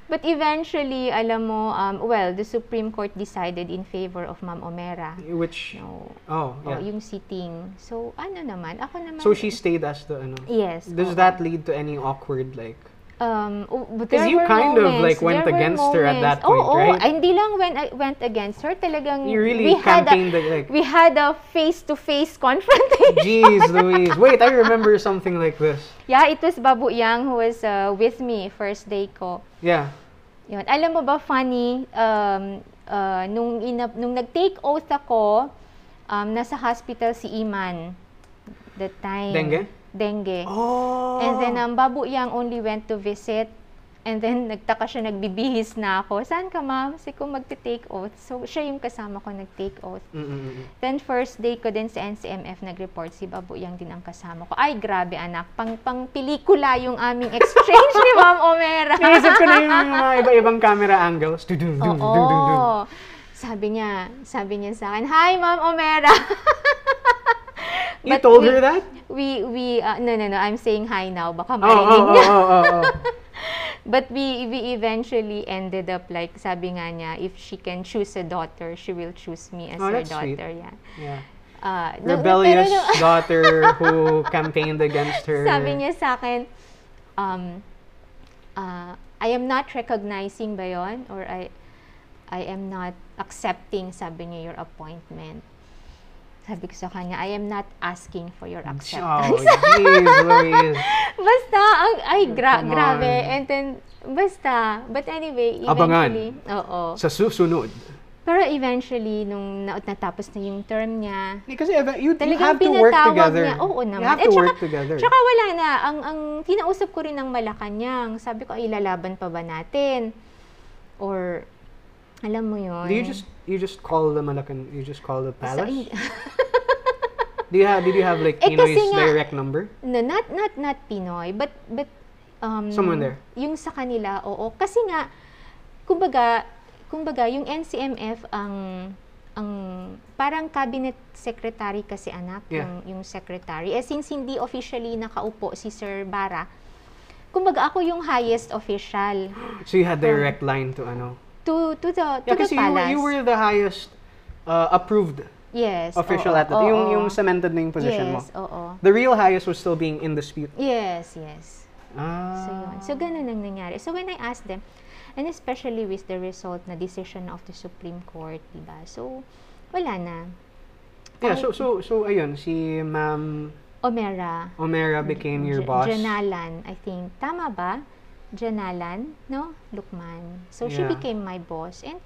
S2: But eventually, alam mo, um, well, the Supreme Court decided in favor of Ma'am Omera.
S3: Which,
S2: No.
S3: oh,
S2: Oh,
S3: yeah.
S2: yung sitting. So, ano naman? Ako naman.
S3: So, she stayed as the, ano.
S2: Yes.
S3: Does
S2: oo.
S3: that lead to any awkward, like,
S2: Um, oh, but
S3: 'Cause
S2: there
S3: you
S2: were
S3: kind of,
S2: moments,
S3: like, went
S2: there were
S3: against her at that
S2: moments.
S3: point,
S2: oo,
S3: right?
S2: Oo, ay, hindi lang when I went against her, talagang
S3: you
S2: we
S3: really
S2: had
S3: campaigned,
S2: a,
S3: the, like,
S2: we had a face-to-face confrontation.
S3: Jeez Louise. Wait, I remember something like this.
S2: yeah, it was Babu Yang who was uh, with me first day ko.
S3: Yeah.
S2: Yun. Alam mo ba, funny, um, uh, nung, ina- nung nag-take oath ako, um, nasa hospital si Iman that time.
S3: Dengue?
S2: Dengue.
S3: Oh.
S2: And then, um, Babu Yang only went to visit. And then, nagtaka siya, nagbibihis na ako. Saan ka, ma'am? Kasi ko magte-take oath. So, siya yung kasama ko nag-take oath.
S3: Mm-mm-mm.
S2: Then, first day ko din sa NCMF nag-report, si Babu Yang din ang kasama ko. Ay, grabe anak, pang, pang pelikula yung aming exchange ni Ma'am Omera.
S3: Naisip ko na yung mga iba-ibang camera angles. Dudum, dum, dum, dum, dum.
S2: Oo. Sabi niya, sabi niya sa akin, Hi, Ma'am Omera!
S3: You
S2: But we-
S3: told her that?
S2: We, we, uh, no, no, no, I'm saying hi now. Baka
S3: Oh, oh,
S2: marinig
S3: oh,
S2: niya.
S3: oh, oh, oh.
S2: But we we eventually ended up like sabi nga niya, if she can choose a daughter, she will choose me as
S3: Oh,
S2: her
S3: that's sweet.
S2: daughter. Yeah.
S3: Yeah.
S2: Uh, no,
S3: Rebellious
S2: pero no-
S3: daughter who campaigned against her.
S2: sabi niya sa akin, um, uh, I am not recognizing ba yun? Or I, I am not accepting, sabi niya, your appointment. Sabi ko sa kanya, I am not asking for your
S3: Oh,
S2: acceptance.
S3: jeez Louise.
S2: Basta, ang, ay, gra-
S3: Come on.
S2: grabe. And then, basta. But anyway,
S3: Abangan.
S2: eventually, oo.
S3: Sa susunod.
S2: Pero eventually, nung na- natapos na yung term niya,
S3: Because Eh, you, you
S2: talagang
S3: have to work
S2: pinatawag
S3: together.
S2: niya. Oo naman.
S3: You have
S2: Eh,
S3: to
S2: tsaka-
S3: work together.
S2: Tsaka wala na. Ang, ang kinausap ko rin ng Malacanang. Sabi ko, ay, lalaban pa ba natin? Or, alam mo yun.
S3: Do you just you just call the Malacan? You just call the
S2: So,
S3: palace?
S2: in-
S3: Do you have did you have like
S2: Eh, kasi
S3: Pinoy's
S2: nga-
S3: direct number?
S2: no, not, not, not Pinoy. But, but, um,
S3: Someone there.
S2: Yung sa kanila, oo. Kasi nga, kumbaga, kumbaga, yung NCMF ang, ang parang cabinet secretary kasi anak
S3: Yeah.
S2: yung, yung secretary. Eh, since hindi officially nakaupo si Sir Bara, kumbaga ako yung highest official
S3: So you had direct line to ano?
S2: to to the to the
S3: Yeah, kasi you, were-
S2: palace.
S3: you were the highest uh, approved
S2: yes,
S3: official
S2: oo,
S3: at the
S2: oo,
S3: yung
S2: oo.
S3: yung cemented na yung position
S2: yes,
S3: mo.
S2: oo.
S3: The real highest was still being in dispute.
S2: Yes, yes.
S3: Ah.
S2: So, yun. So, ganun ang nangyari. So, when I asked them, and especially with the result na decision of the Supreme Court, diba? So, wala na.
S3: yeah, so so so ayun si Ma'am
S2: Omera.
S3: Omera became
S2: J-
S3: your boss.
S2: Janalan, I think. Tama ba? Janalan, no? Lukman. So, she
S3: Yeah.
S2: became my boss. And,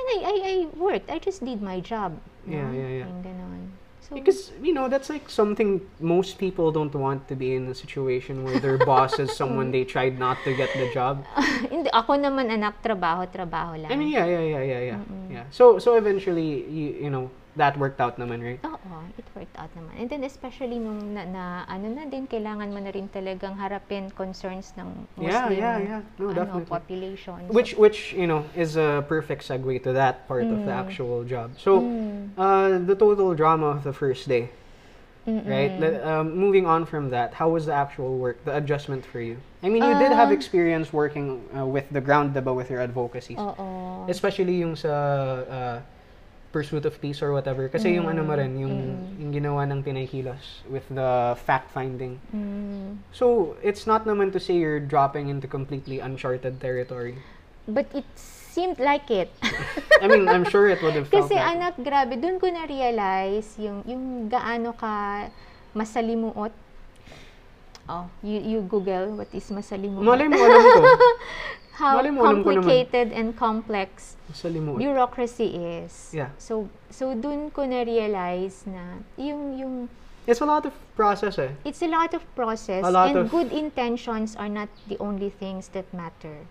S2: and I, I, I worked. I just did my job. no?
S3: Yeah, yeah, yeah.
S2: Yung ganun. So,
S3: Because you know that's like something most people don't want to be in a situation where their boss is someone they tried not to get the job.
S2: hindi, ako naman anak, trabaho, trabaho lang.
S3: I mean, yeah, yeah, yeah, yeah, yeah, yeah. So, so eventually, you, you know, that worked out naman, right?
S2: Oo, it worked out naman. And then especially nung na, na- ano na din, kailangan mo na rin talagang harapin concerns ng
S3: Yeah,
S2: Muslim
S3: yeah, yeah. No,
S2: ano,
S3: definitely.
S2: population. So,
S3: Which, which you know, is a perfect segue to that part of the actual job. So, uh, the total drama of the first day,
S2: mm-mm.
S3: right? Le- um, moving on from that, how was the actual work, the adjustment for you? I mean, you did have experience working uh, with the ground, diba, with your advocacies.
S2: Oo.
S3: Especially yung sa uh, pursuit of peace or whatever. Kasi yung ano mo rin, yung, yung ginawa ng Pinay Kilos with the fact-finding.
S2: Mm.
S3: So, it's not naman to say you're dropping into completely uncharted territory.
S2: But it seemed like it.
S3: I mean, I'm sure it would have felt
S2: Kasi
S3: that.
S2: anak, grabe, doon ko na-realize yung, yung gaano ka masalimuot. Oh, you, you Google what is masalimuot.
S3: Malay mo, alam ko.
S2: How
S3: malay mo, alam ko naman.
S2: complicated and complex
S3: Sa limuot.
S2: bureaucracy is.
S3: Yeah.
S2: So, so doon ko na-realize na yung, yung,
S3: It's a lot of process eh.
S2: it's a lot of process
S3: A lot
S2: and
S3: of-
S2: good intentions are not the only things that matter.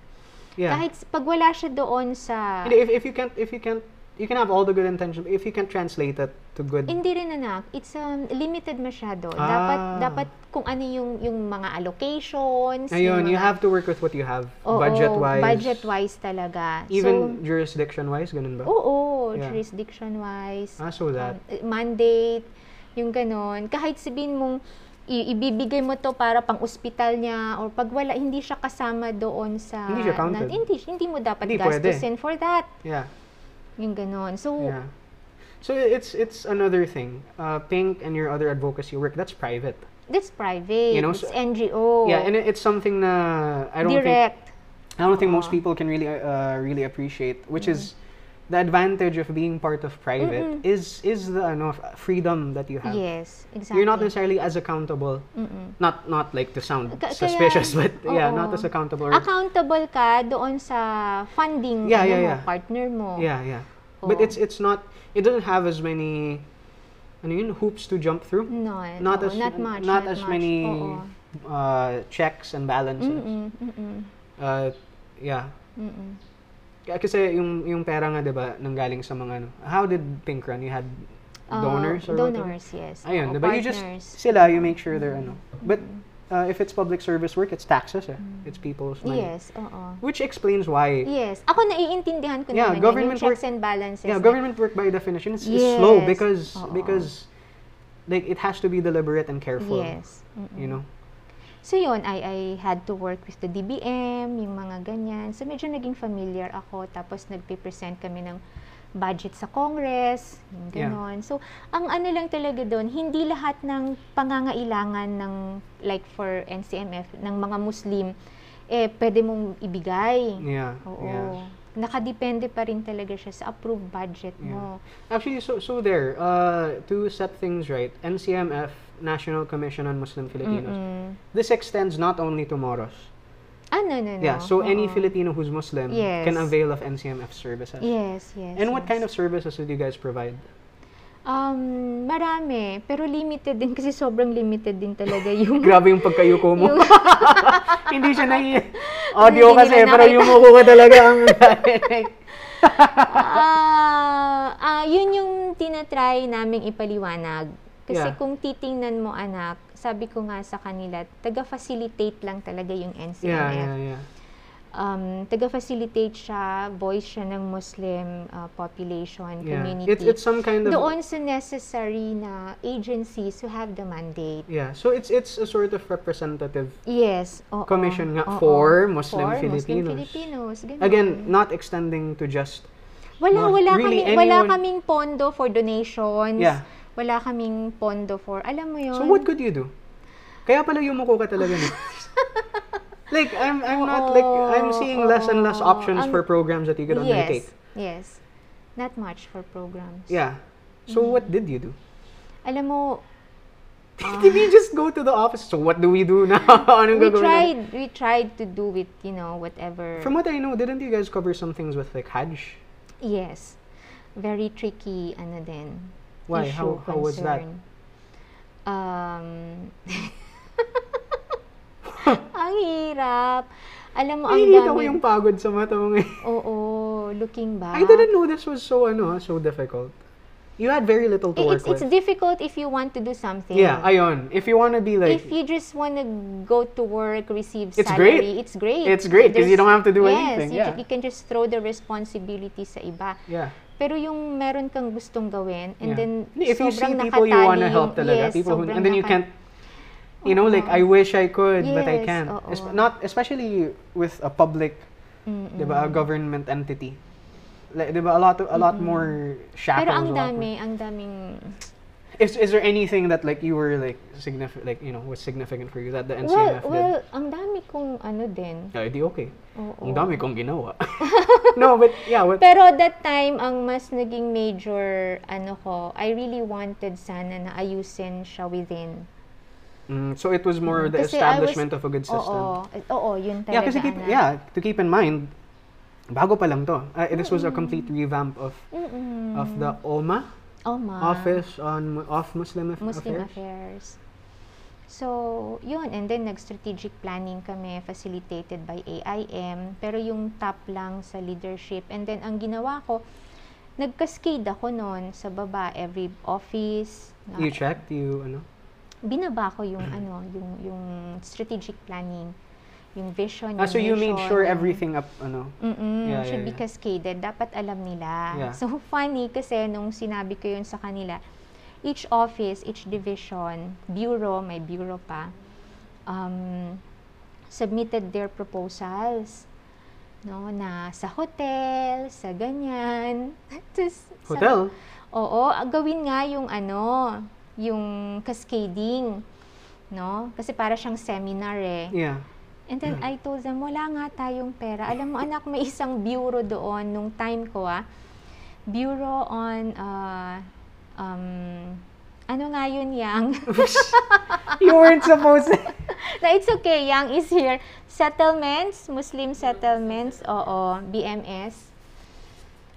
S3: Yeah.
S2: Kahit s- pag wala siya doon sa...
S3: Hindi, if, if you can't, if you can't, you can have all the good intentions, but if you can't translate it to good,
S2: Hindi rin anak, it's um, limited masyado.
S3: Ah.
S2: Dapat dapat kung ano yung yung mga allocations.
S3: ayun,
S2: yung
S3: you
S2: mga-
S3: have to work with what you have,
S2: Oo,
S3: budget-wise,
S2: budget-wise Oh. talaga.
S3: even jurisdiction-wise, ganun ba?
S2: so, oo,
S3: Yeah.
S2: jurisdiction-wise,
S3: Ah, so
S2: um,
S3: that.
S2: eh, mandate, yung ganon. Kahit sabihin mong i- ibibigay mo to para pang ospital niya or pag wala hindi siya kasama doon sa
S3: Hindi siya
S2: na-
S3: counted.
S2: hindi, hindi mo dapat
S3: Hindi, pwede.
S2: gastusin for that.
S3: yeah.
S2: Yung ganon. So,
S3: Yeah. So i- it's it's another thing. Uh, Pink and your other advocacy work that's private.
S2: that's private.
S3: You know,
S2: it's
S3: so-
S2: NGO.
S3: Yeah, and it- it's something na I don't
S2: Oh.
S3: think
S2: direct.
S3: I don't think
S2: Uh-huh.
S3: most people can really uh, really appreciate, which is
S2: Mm-hmm.
S3: the advantage of being part of private is is the ano, f- freedom that you have.
S2: Yes, exactly.
S3: You're not necessarily as accountable. Not not like to sound
S2: Ka- kaya-
S3: suspicious, but yeah, not
S2: oo.
S3: as accountable. or-
S2: accountable ka doon sa funding
S3: Yeah,
S2: ano
S3: yeah,
S2: mo,
S3: yeah.
S2: partner mo.
S3: yeah, yeah. But
S2: Oo.
S3: it's it's not. It doesn't have as many. Ano yun, hoops to jump through.
S2: No,
S3: not
S2: oo,
S3: as
S2: not much, not
S3: not, as
S2: much.
S3: many
S2: Oo.
S3: uh, checks and balances.
S2: Mm, mm-mm,
S3: Uh, yeah.
S2: mm-mm.
S3: K- Kasi yung yung pera nga 'di ba nanggaling sa mga ano. How did Pink run? You had
S2: Uh,
S3: donors or whatever?
S2: donors, yes. Oo,
S3: Ayun, 'di ba? You just
S2: partners. Mm-hmm.
S3: sila you make sure they're ano. But uh, if it's public service work, it's taxes eh. It's people's money.
S2: Yes, oo.
S3: Which explains why
S2: Yes. Ako naiintindihan ko
S3: Yeah,
S2: naman yun,
S3: government
S2: yung checks
S3: work-
S2: and balances. na-
S3: yeah, government work by definition is, is
S2: Yes.
S3: slow because
S2: Oo.
S3: because like it has to be deliberate and careful.
S2: Yes. mm-mm.
S3: You know.
S2: So yun, I, I had to work with the DBM, yung mga ganyan. So medyo naging familiar ako. Tapos nagpipresent kami ng budget sa Congress, yung
S3: Yeah.
S2: ganon. So, ang ano lang talaga doon, hindi lahat ng pangangailangan ng, like for NCMF, ng mga Muslim, eh, pwede mong ibigay.
S3: Yeah.
S2: Oo.
S3: Yeah.
S2: Nakadepende pa rin talaga siya sa approved budget mo.
S3: Actually, so so there. Uh, to set things right, NCMF National Commission on Muslim Filipinos.
S2: Mm.
S3: This extends not only to Moros.
S2: Ah, no, no, no.
S3: Yeah. So any
S2: Oo.
S3: Filipino who's Muslim
S2: Uh-huh. Yes.
S3: can avail of NCMF services.
S2: Yes, yes.
S3: And what
S2: yes.
S3: kind of services did you guys provide?
S2: Um, marami. Pero limited din kasi sobrang limited din talaga yung...
S3: Grabe yung pagkayuko mo.
S2: yung
S3: Hindi siya nai... Audio
S2: Hindi
S3: kasi,
S2: nila
S3: pero
S2: nakita.
S3: yung muko ko talaga ang...
S2: ah, ah, yun yung tinatry naming ipaliwanag. Kasi
S3: Yeah.
S2: kung titingnan mo anak, sabi ko nga sa kanila, taga-facilitate lang talaga yung NCMF.
S3: yeah, yeah, yeah.
S2: Um, taga-facilitate siya, voice siya ng Muslim uh, population,
S3: yeah.
S2: community.
S3: It's, it's some kind of...
S2: Doon sa necessary na agencies who have the mandate.
S3: Yeah. So it's it's a sort of representative
S2: Yes, oo.
S3: commission nga
S2: oo.
S3: for Muslim
S2: For Muslim
S3: Filipinos.
S2: Filipinos. ganun.
S3: Again, not extending to just
S2: Wala,
S3: Not
S2: wala,
S3: really
S2: kami, wala
S3: anyone-
S2: kaming pondo for donations.
S3: Yeah.
S2: Wala kaming pondo for, alam mo yun.
S3: So what could you do? Kaya pala yung muko ka talaga no? like I'm I'm not like I'm seeing less and less
S2: Oo,
S3: options
S2: Oh, ang-
S3: for programs that you could
S2: yes,
S3: undertake.
S2: Yes, Not much for programs.
S3: Yeah. So
S2: Mm.
S3: what did you do?
S2: Alam mo,
S3: did you just go to the office? So what do we do now? Anong
S2: we
S3: gagawin natin?
S2: tried, we tried to do with, you know, whatever.
S3: From what I know, didn't you guys cover some things with like Hajj?
S2: yes. Very tricky, ano din.
S3: Why?
S2: Issue,
S3: How- how was that?
S2: concern. Um, ang hirap. Alam mo, ang
S3: Nakikita ko
S2: dami-
S3: yung pagod sa mata mo ngayon.
S2: Oo, looking back.
S3: I didn't know this was so ano, so difficult. you had very little to
S2: I-
S3: work
S2: it's it's
S3: with.
S2: difficult if you want to do something.
S3: yeah, ayon. If you want to be like,
S2: if you just want to go to work, receive
S3: It's
S2: salary,
S3: great.
S2: it's great.
S3: It's great 'cause you
S2: There's-
S3: don't have to do
S2: yes,
S3: anything,
S2: you,
S3: yeah.
S2: ju- you can just throw the responsibility sa iba.
S3: yeah,
S2: Pero yung meron kang gustong gawin and
S3: yeah.
S2: then
S3: if you see
S2: sobrang
S3: people you want to
S2: nakatali
S3: help
S2: yung-
S3: talaga,
S2: yes,
S3: people who,
S2: sobrang
S3: and then you
S2: naka-
S3: can't, you know, like I wish I could, but
S2: Yes,
S3: I can't.
S2: oo.
S3: Espe- not especially with a public,
S2: Mm-mm.
S3: diba, a government entity. Like, diba, a lot, a lot more
S2: Pero
S3: shackles.
S2: ang
S3: a lot more-
S2: dami, ang daming
S3: Is, is there anything that like you were like significant, like you know, was significant for you that the
S2: Well,
S3: NCMF did?
S2: well, ang dami kong ano din.
S3: Yeah, edi okay.
S2: Oo.
S3: Ang dami kong ginawa. no, but yeah, what,
S2: Pero that time, ang mas naging major, ano ko, I really wanted sana na ayusin siya within.
S3: Mm, so it was more the
S2: Kasi I was-
S3: establishment of a good system.
S2: Oo, eh, oo, yun
S3: yeah,
S2: talaga.
S3: kasi keep,
S2: ang-
S3: yeah, to keep in mind, bago pa lang to. Uh, this
S2: Mm.
S3: was a complete revamp of
S2: Mm-mm.
S3: of the OMA,
S2: Oh, ma.
S3: Office on Mu- of Muslim, Aff-
S2: Muslim
S3: Affairs.
S2: Affairs. So, yun. And then, nag-strategic planning kami, facilitated by AIM. Pero yung top lang sa leadership. And then, ang ginawa ko, nag-cascade ako noon sa baba, every office. na-
S3: You checked, you uh, ano?
S2: binaba ko yung ano, yung yung strategic planning, yung vision, yung
S3: Ah, so you made
S2: mission,
S3: sure
S2: yung-
S3: everything up uh, ano.
S2: Mm-mm,
S3: Yeah,
S2: should
S3: yeah,
S2: be
S3: yeah.
S2: cascaded. Dapat alam nila.
S3: Yeah.
S2: So funny kasi nung sinabi ko yun sa kanila, each office, each division, bureau, may bureau pa, um, submitted their proposals no na sa hotel, sa ganyan. Tapos, sabi-
S3: Hotel.
S2: Oo, ah, gawin nga yung ano, yung cascading, no? Kasi para siyang seminar eh.
S3: Yeah.
S2: And then I told them, wala nga tayong pera. Alam mo anak, may isang bureau doon nung time ko ah. Bureau on, ah, um, ano nga yun, Yang?
S3: you weren't supposed to.
S2: na it's okay, Yang is here. Settlements, Muslim settlements, oo, BMS.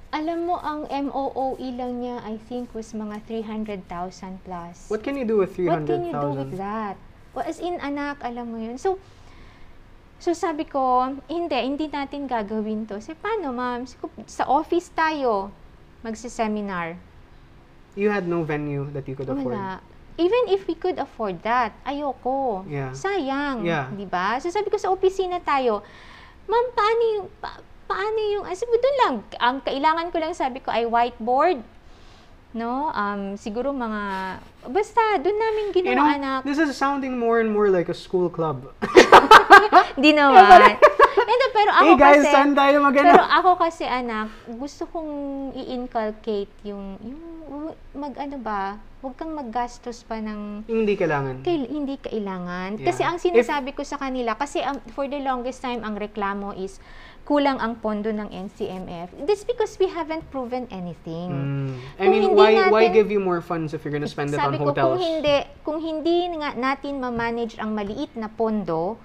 S2: Alam mo, ang MOOE E lang niya, I think, was mga 300,000 plus.
S3: What can you do with
S2: What can you do with
S3: 300,000?
S2: that? Well, as in, anak, alam mo yun. So, so sabi ko, hindi, hindi natin gagawin to. Sabi, paano, ma'am? Sabi ko, sa office tayo, magsiseminar.
S3: You had no venue that you could afford.
S2: Wala. Even if we could afford that, ayoko.
S3: Yeah.
S2: Sayang,
S3: Yeah.
S2: 'di ba? So sabi ko sa opisina tayo, ma'am, paano yung pa- paano yung ah, sabi, doon lang ang kailangan ko lang sabi ko ay whiteboard. No? Um siguro mga basta doon namin
S3: You
S2: ginawa
S3: know,
S2: anak.
S3: this is sounding more and more like a school club.
S2: Hindi naman. Hindi, pero ako
S3: hey guys,
S2: kasi
S3: saan tayo mag
S2: Pero ako kasi anak, gusto kong i-inculcate yung yung mag ano ba, huwag kang maggastos pa ng
S3: Hindi kailangan.
S2: Kail- hindi kailangan.
S3: Yeah.
S2: Kasi ang sinasabi ko sa kanila, kasi ang- for the longest time, ang reklamo is kulang ang pondo ng NCMF. That's because we haven't proven anything.
S3: Mm. I
S2: Kung
S3: mean,
S2: hindi
S3: why why
S2: natin-
S3: give you more funds if you're gonna spend it on
S2: Sabi ko,
S3: hotels?
S2: kung hindi, kung hindi nga natin mamanage ang maliit na pondo,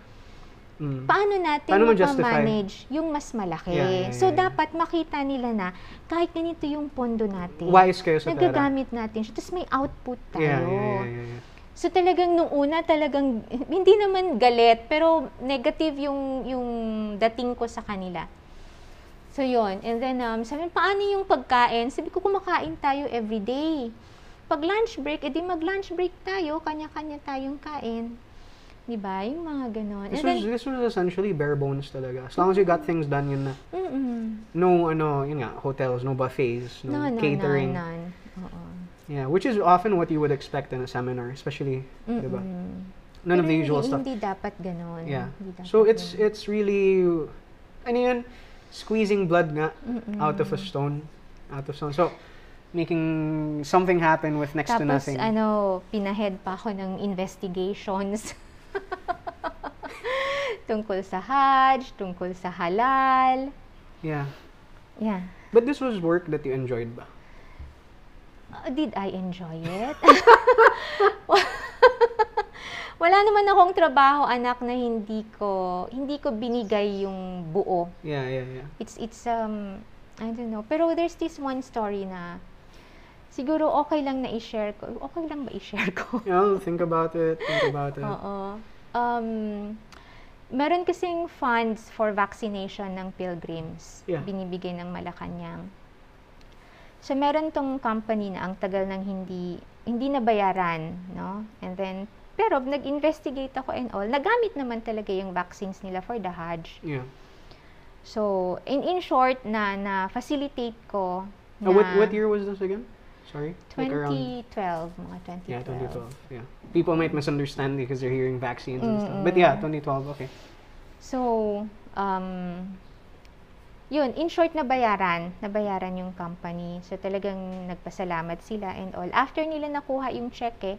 S3: Mm.
S2: paano natin
S3: Paano mo
S2: mapamanage yung mas malaki?
S3: Yeah, yeah, yeah,
S2: so,
S3: yeah.
S2: dapat makita nila na kahit ganito yung pondo natin,
S3: Wise kayo sa pera.
S2: nagagamit natin siya. Tapos may output
S3: Yeah,
S2: tayo.
S3: yeah, yeah, yeah, yeah.
S2: So talagang nung una talagang hindi naman galit pero negative yung yung dating ko sa kanila. So yon and then um sabi paano yung pagkain? Sabi ko kumakain tayo every day. Pag lunch break edi mag lunch break tayo, kanya-kanya tayong kain. 'Di ba? Yung mga ganon.
S3: This
S2: And
S3: was
S2: then,
S3: this was essentially bare bones talaga. As long as you got things done, yun na.
S2: mm-mm.
S3: No, ano, yun nga, hotels, no buffets,
S2: no,
S3: no,
S2: no,
S3: catering.
S2: no, none. Oo.
S3: Yeah, which is often what you would expect in a seminar, especially, diba?
S2: Mm-mm.
S3: None of
S2: Pero
S3: the usual
S2: hindi,
S3: stuff.
S2: Hindi dapat ganon.
S3: Yeah.
S2: Hindi dapat
S3: So it's
S2: ganon.
S3: it's really ano yun, squeezing blood nga
S2: Mm-mm.
S3: out of a stone, out of stone. So making something happen with next to
S2: Tapos
S3: nothing.
S2: ano, pinahead pa ako ng investigations. tungkol sa Hajj, tungkol sa halal.
S3: yeah.
S2: Yeah.
S3: But this was work that you enjoyed ba?
S2: Uh, did I enjoy it? Wala naman akong trabaho anak na hindi ko hindi ko binigay yung buo.
S3: Yeah, yeah, yeah.
S2: It's it's um I don't know. Pero there's this one story na siguro okay lang na i-share ko. Okay lang ba i-share ko?
S3: You know, think about it, think about it.
S2: Oo. Um, meron kasing funds for vaccination ng pilgrims.
S3: Yeah.
S2: Binibigay ng Malacanang. So meron tong company na ang tagal ng hindi hindi nabayaran, no? And then pero nag-investigate ako and all. Nagamit naman talaga yung vaccines nila for the Hajj.
S3: Yeah.
S2: So, in in short na na facilitate ko
S3: Uh,
S2: na
S3: what what year was this again? Sorry. Like around
S2: 2012, mga 2012.
S3: yeah, 2012. Yeah. People might misunderstand because they're hearing vaccines and stuff. But
S2: Mm-mm.
S3: yeah, 2012. Okay.
S2: So, um, yun, in short, nabayaran. Nabayaran yung company. So, talagang nagpasalamat sila and all. After nila nakuha yung check eh,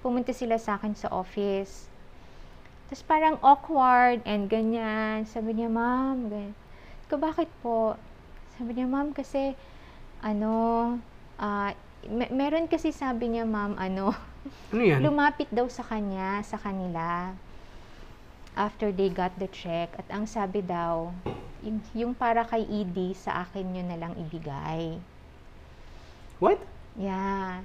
S2: pumunta sila sa akin sa office. Tapos parang awkward and ganyan. Sabi niya, ma'am, ganyan. Sabi ko, bakit po? Sabi niya, ma'am, kasi, ano, ah, me- meron kasi sabi niya, ma'am, ano,
S3: Ano yan?
S2: lumapit daw sa kanya, sa kanila after they got the check at ang sabi daw yung, yung para kay ED sa akin yun na lang ibigay.
S3: what?
S2: Yeah.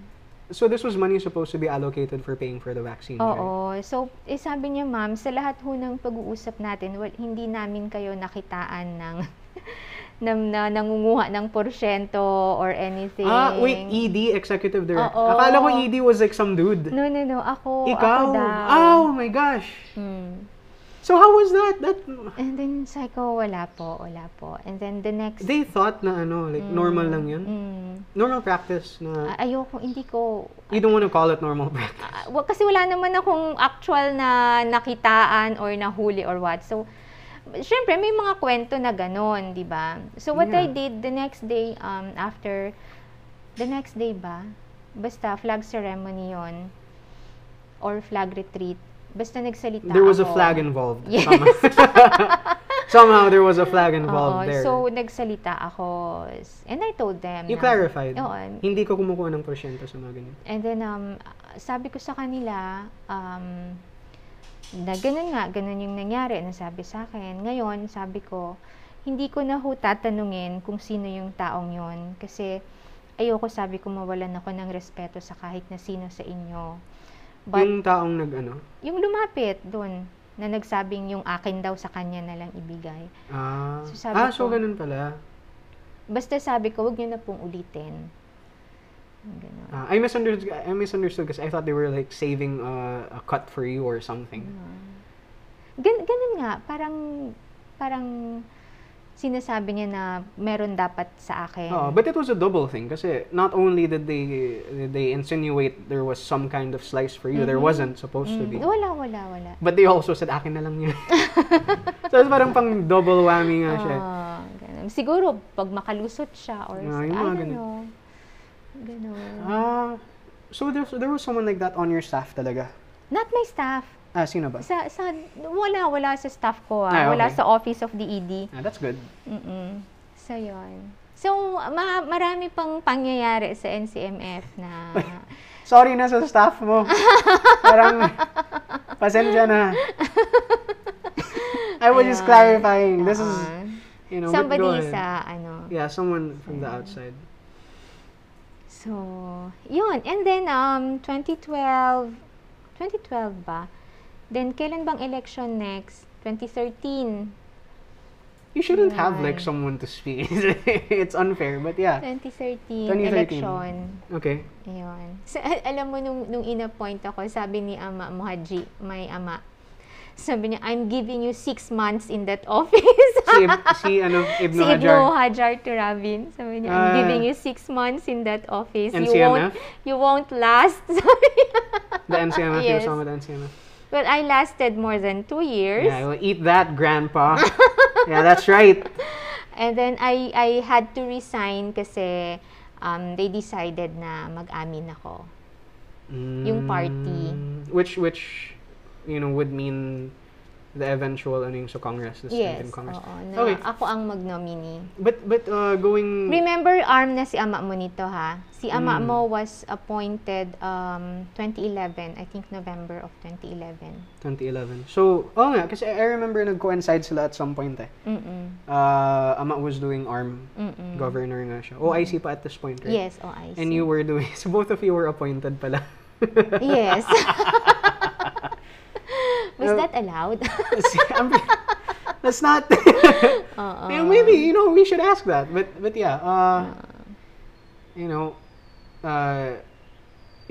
S3: So this was money supposed to be allocated for paying for the vaccine. Right?
S2: Oo. So, eh, sabi niya, ma'am, sa lahat ho ng pag-uusap natin, well, hindi namin kayo nakitaan ng na, na nangunguha ng porsyento or anything.
S3: Ah, wait, ED, executive director.
S2: Oo.
S3: Akala ko ED was like some dude.
S2: No, no, no. Ako,
S3: Ikaw.
S2: ako daw.
S3: Oh my gosh.
S2: Hmm.
S3: So how was that? That
S2: And then, sabi ko, wala po, wala po. And then, the next...
S3: they thought na ano, like normal lang 'yun.
S2: Mm,
S3: Normal practice na
S2: a- ayoko, hindi ko...
S3: you don't want to call it normal practice.
S2: ah, wa- kasi wala naman akong actual na nakitaan or nahuli or what. So, syempre, may mga kwento na ganon, di ba? So, what I
S3: Yeah.
S2: did the next day um, after... The next day ba? Basta, flag ceremony yon Or flag retreat. Basta nagsalita
S3: There was a
S2: ako.
S3: flag involved.
S2: Yes.
S3: Somehow. Somehow there was a flag involved
S2: Oo,
S3: there.
S2: So, nagsalita ako. And I told them.
S3: you
S2: na-
S3: clarified.
S2: Oo,
S3: Hindi ko kumukuha ng porsyento sa mga ganyan.
S2: And then, um, sabi ko sa kanila, um, na ganun nga, ganun yung nangyari na sabi sa akin. Ngayon, sabi ko, hindi ko na ho tatanungin kung sino yung taong yon kasi ayoko sabi ko mawalan ako ng respeto sa kahit na sino sa inyo. But yung,
S3: yung taong nag ano.
S2: lumapit doon na nagsabing yung akin daw sa kanya na lang ibigay.
S3: Ah,
S2: So, sabi
S3: ah, so
S2: ko-
S3: ganun pala.
S2: Basta sabi ko, wag niyo na pong ulitin. Ganun.
S3: Ah, I misunderstood I misunderstood kasi I thought they were like saving uh, a cut for you or something.
S2: Gan, ganun nga, parang, parang sinasabi niya na meron dapat sa akin.
S3: Oh, but it was a double thing kasi not only did they did they insinuate there was some kind of slice for you, there wasn't supposed to be.
S2: Mm, wala, wala, wala.
S3: But they also said, akin na lang yun. so, it's parang pang double whammy nga siya.
S2: Ah, ganun. Siguro, pag makalusot siya or
S3: Ah,
S2: sa- I
S3: yung mga
S2: don't
S3: ganun.
S2: know. Ganun.
S3: Ah, so there, there was someone like that on your staff talaga?
S2: Not my staff.
S3: Ah, sino ba?
S2: Sa, sa, wala, wala sa staff ko. Ah.
S3: Ah,
S2: Wala
S3: okay.
S2: sa office of the ED.
S3: Ah, that's good.
S2: Mm-mm. So, yun. So, ma- marami pang pangyayari sa NCMF na...
S3: Sorry na sa staff mo. parang, pasensya na. I was just
S2: Ayun.
S3: clarifying. This is,
S2: Ah.
S3: you know, but go
S2: somebody
S3: ahead.
S2: sa ano.
S3: Yeah, someone from the outside.
S2: So, yun. And then, um, 2012, 2012 ba? Then, kailan bang election next? 2013.
S3: You shouldn't have like
S2: Ayun.
S3: someone to speak. it's unfair, but yeah.
S2: 2013,
S3: 2013.
S2: election.
S3: Okay.
S2: Ayun. So, al- alam mo, nung, nung inappoint ako, sabi ni Ama Mohaji, my ama, sabi niya, I'm giving you six months in that office.
S3: Si, Ib- si ano, Ibn
S2: Si
S3: Hajar.
S2: Ibnu Hajar Turabin. Sabi niya, I'm
S3: Ah.
S2: giving you six months in that office. You
S3: NCMF?
S2: won't, you won't last. Sabi niya.
S3: The NCMF, yes.
S2: Yes.
S3: you were with NCMF.
S2: Well, I lasted more than two years.
S3: Yeah, well, eat that, Grandpa. yeah, that's right.
S2: And then I, I had to resign kasi um, they decided na mag-amin ako. Yung party.
S3: Mm, Which, which, you know, would mean the eventual ano yung sa Congress, the
S2: yes,
S3: strength in Congress.
S2: oo. Na
S3: Okay.
S2: Ako ang mag-nominee.
S3: But, but, uh, going,
S2: Remember, arm na si ama mo nito ha. Si ama
S3: Mm.
S2: mo was appointed um, 2011, I think November of 2011.
S3: 2011. So, oh nga, kasi I remember nag-coincide sila at some point eh.
S2: Mm-mm.
S3: Uh, Ama was doing ARM,
S2: Mm-mm.
S3: governor nga siya. OIC pa at this point, right?
S2: Mm. Yes, oh, I see.
S3: And you were doing, so both of you were appointed pala.
S2: Yes. was
S3: Uh,
S2: that allowed?
S3: I'm- That's not,
S2: Oo.
S3: uh, Yeah, maybe you know we should ask that, but but yeah, uh, you know, uh,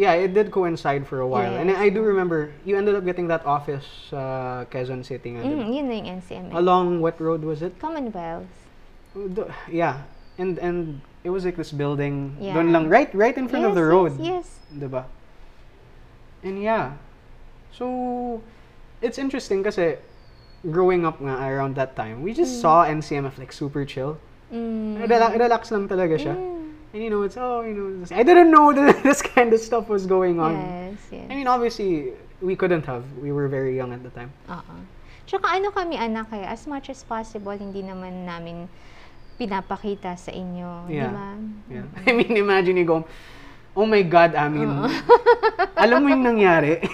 S3: yeah, it did coincide for a while. And
S2: Yes.
S3: I do remember you ended up getting that office uh, Quezon City. nga, di ba?
S2: Mm, yun na yung NCMA.
S3: Along what road was it?
S2: Commonwealth.
S3: Do- Yeah. And and it was like this building
S2: Yeah.
S3: doon lang right right in front of
S2: Yes,
S3: the
S2: yes,
S3: road.
S2: Yes.
S3: Diba? And yeah. So it's interesting kasi growing up nga around that time, we just saw NCMF like super chill.
S2: Mm.
S3: Rela- Ano, relax lang talaga siya.
S2: Mm.
S3: And you know, it's oh, you know, this- I didn't know that this kind of stuff was going on.
S2: Yes, yes.
S3: Um, I mean, obviously, we couldn't have. We were very young at the time.
S2: Oo. Tsaka ano kami anak eh, as much as possible, hindi naman namin pinapakita sa inyo. Di
S3: Yeah.
S2: ba?
S3: Yeah. I mean, imagine you go, oh my God, I mean, alam mo yung nangyari.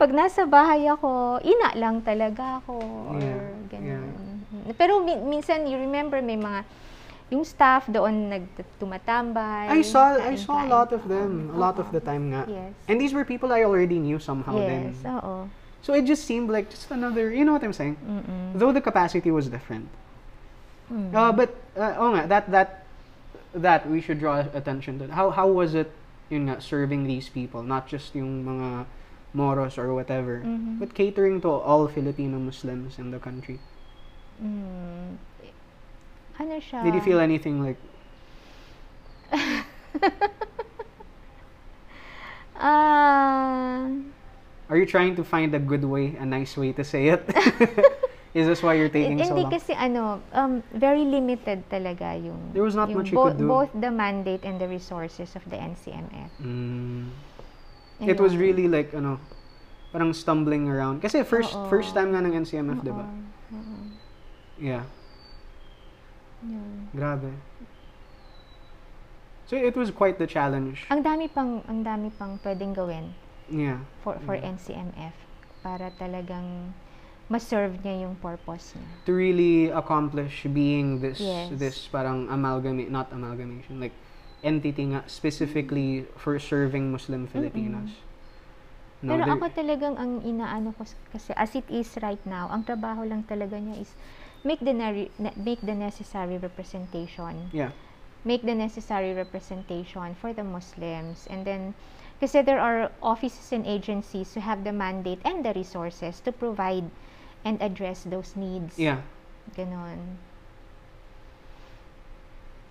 S2: Pag nasa bahay ako, ina lang talaga ako.
S3: Yeah,
S2: Or ganun. Pero mi- minsan, you remember, may mga yung staff doon nagtumatambay.
S3: I saw, I saw a lot of them, a lot of
S2: them.
S3: the time nga.
S2: Yes.
S3: And these were people I already knew somehow
S2: Yes,
S3: then.
S2: oo.
S3: So it just seemed like just another, you know what I'm saying?
S2: Mm-mm.
S3: Though the capacity was different.
S2: Mm.
S3: Uh, but, uh, oh nga, that, that, that we should draw attention to. How, how was it, yun nga, serving these people? Not just yung mga moros or whatever,
S2: Mhm.
S3: but catering to all Filipino Muslims in the country.
S2: Mm. Ano siya?
S3: Did you feel anything like,
S2: Ah...
S3: are you trying to find a good way, a nice way to say it? Is this why you're taking
S2: Eh,
S3: so
S2: Hindi
S3: long?
S2: kasi ano, um, very limited talaga yung...
S3: There was not
S2: yung
S3: much you could do.
S2: Both the mandate and the resources of the NCMF.
S3: Mm. It was
S2: Ayun.
S3: really like ano, parang stumbling around. Kasi first
S2: Oo.
S3: first time nga ng NCMF, 'di ba?
S2: Oo, oo,
S3: diba? Yeah,
S2: yun.
S3: grabe. So it was quite the challenge.
S2: Ang dami pang ang dami pang pwedeng gawin
S3: Yeah.
S2: for for
S3: Mm.
S2: NCMF para talagang ma-serve niya yung purpose niya.
S3: To really accomplish being this
S2: Yes.
S3: this parang amalgamate, not amalgamation, like entity nga specifically for serving Muslim Filipinos. No,
S2: Pero
S3: there-
S2: ako talagang ang inaano ko s- kasi as it is right now, ang trabaho lang talaga niya is make the nari- ne- make the necessary representation
S3: yeah.
S2: make the necessary representation for the Muslims. And then, kasi there are offices and agencies who have the mandate and the resources to provide and address those needs.
S3: Yeah.
S2: Ganon.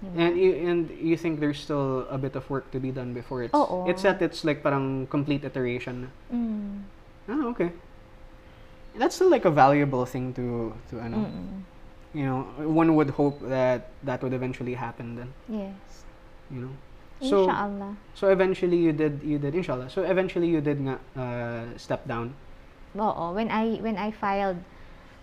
S2: Diba?
S3: And you, and you think there's still a bit of work to be done before it's
S2: Oo.
S3: it's at its like parang complete iteration. na.
S2: Mm,
S3: Oh, okay. That's still like a valuable thing to to
S2: Mm,
S3: ano.
S2: mm-mm.
S3: You know, one would hope that that would eventually happen then,
S2: Yes.
S3: you know. So
S2: Inshallah.
S3: so eventually you did you did inshallah. So eventually you did nga uh, step down.
S2: Oo. When I, when I filed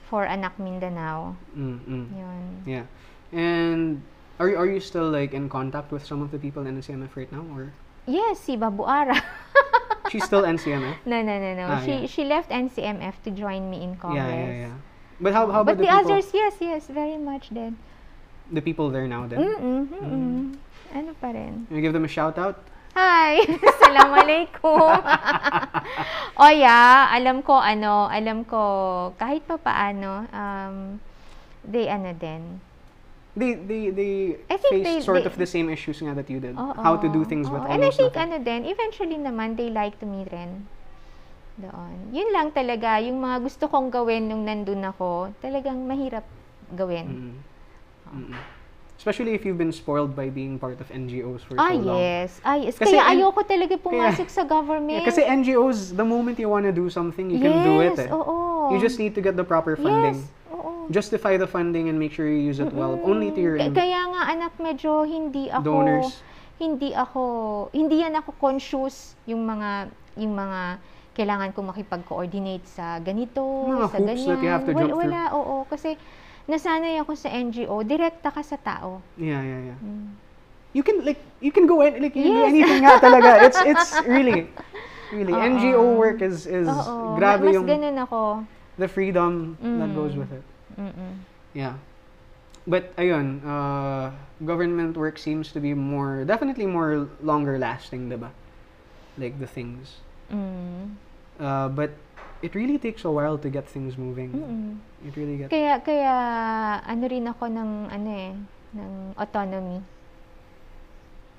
S2: for Anak Mindanao,
S3: Mm, mm.
S2: yun.
S3: Yeah. And are you, are you still like in contact with some of the people in NCMF right now or
S2: Yes, si Babu Ara.
S3: she's still NCMF?
S2: no, no, no, no.
S3: Ah,
S2: she,
S3: yeah.
S2: she left NCMF to join me in Congress.
S3: Yeah, yeah, yeah. But how how about
S2: but
S3: the,
S2: the,
S3: people,
S2: others, yes, yes, very much Mm, then.
S3: the people there now then?
S2: Mm-mm,
S3: mm.
S2: mm-mm. Ano pa rin?
S3: Can you give them a shout out?
S2: Hi! Assalamualaikum! o oh yeah, alam ko ano, alam ko kahit pa paano, um, they ano din.
S3: They they they
S2: I think
S3: faced
S2: they-
S3: sort
S2: they-
S3: of the same issues nga that you did.
S2: Oo.
S3: How to do things with
S2: Oo.
S3: almost
S2: And I think
S3: nothing.
S2: ano din, eventually naman they like to me rin. Doon. Yun lang talaga, yung mga gusto kong gawin nung nandun ako, talagang mahirap gawin.
S3: Mm. Mm-mm. Especially if you've been spoiled by being part of NGOs for
S2: Ah,
S3: so long.
S2: yes. Ah, yes.
S3: Kasi
S2: Kaya
S3: an-
S2: ayoko talaga pumasok sa government.
S3: Yeah, kasi NGOs, the moment you want to do something, you can do it.
S2: Yes,
S3: eh.
S2: oo.
S3: You just need to get the proper funding.
S2: Yes, oo.
S3: Justify the funding and make sure you use it well, only to your
S2: K-
S3: in-
S2: Kaya nga anak medyo hindi ako
S3: Donors.
S2: hindi ako hindi yan ako conscious yung mga yung mga kailangan ko makipag-coordinate sa ganito,
S3: Mga
S2: sa
S3: hoops
S2: ganyan.
S3: that you have to
S2: Wal-
S3: jump through.
S2: wala, oo, kasi nasanay ako sa NGO, direkta ka sa tao.
S3: Yeah, yeah, yeah.
S2: Mm.
S3: You can like you can go in, like you can do
S2: Yes.
S3: anything nga talaga. It's it's really really
S2: Oo.
S3: NGO work is is
S2: Oo,
S3: grabe
S2: ma- mas
S3: yung
S2: ganun ako.
S3: the freedom that goes
S2: Mm.
S3: with it.
S2: Mm-mm.
S3: Yeah. But ayun, uh, government work seems to be more definitely more longer lasting, 'di ba? Like the things.
S2: Mm.
S3: Uh, but it really takes a while to get things moving.
S2: Mm-mm.
S3: It really gets
S2: Kaya kaya ano rin ako ng ano eh ng autonomy.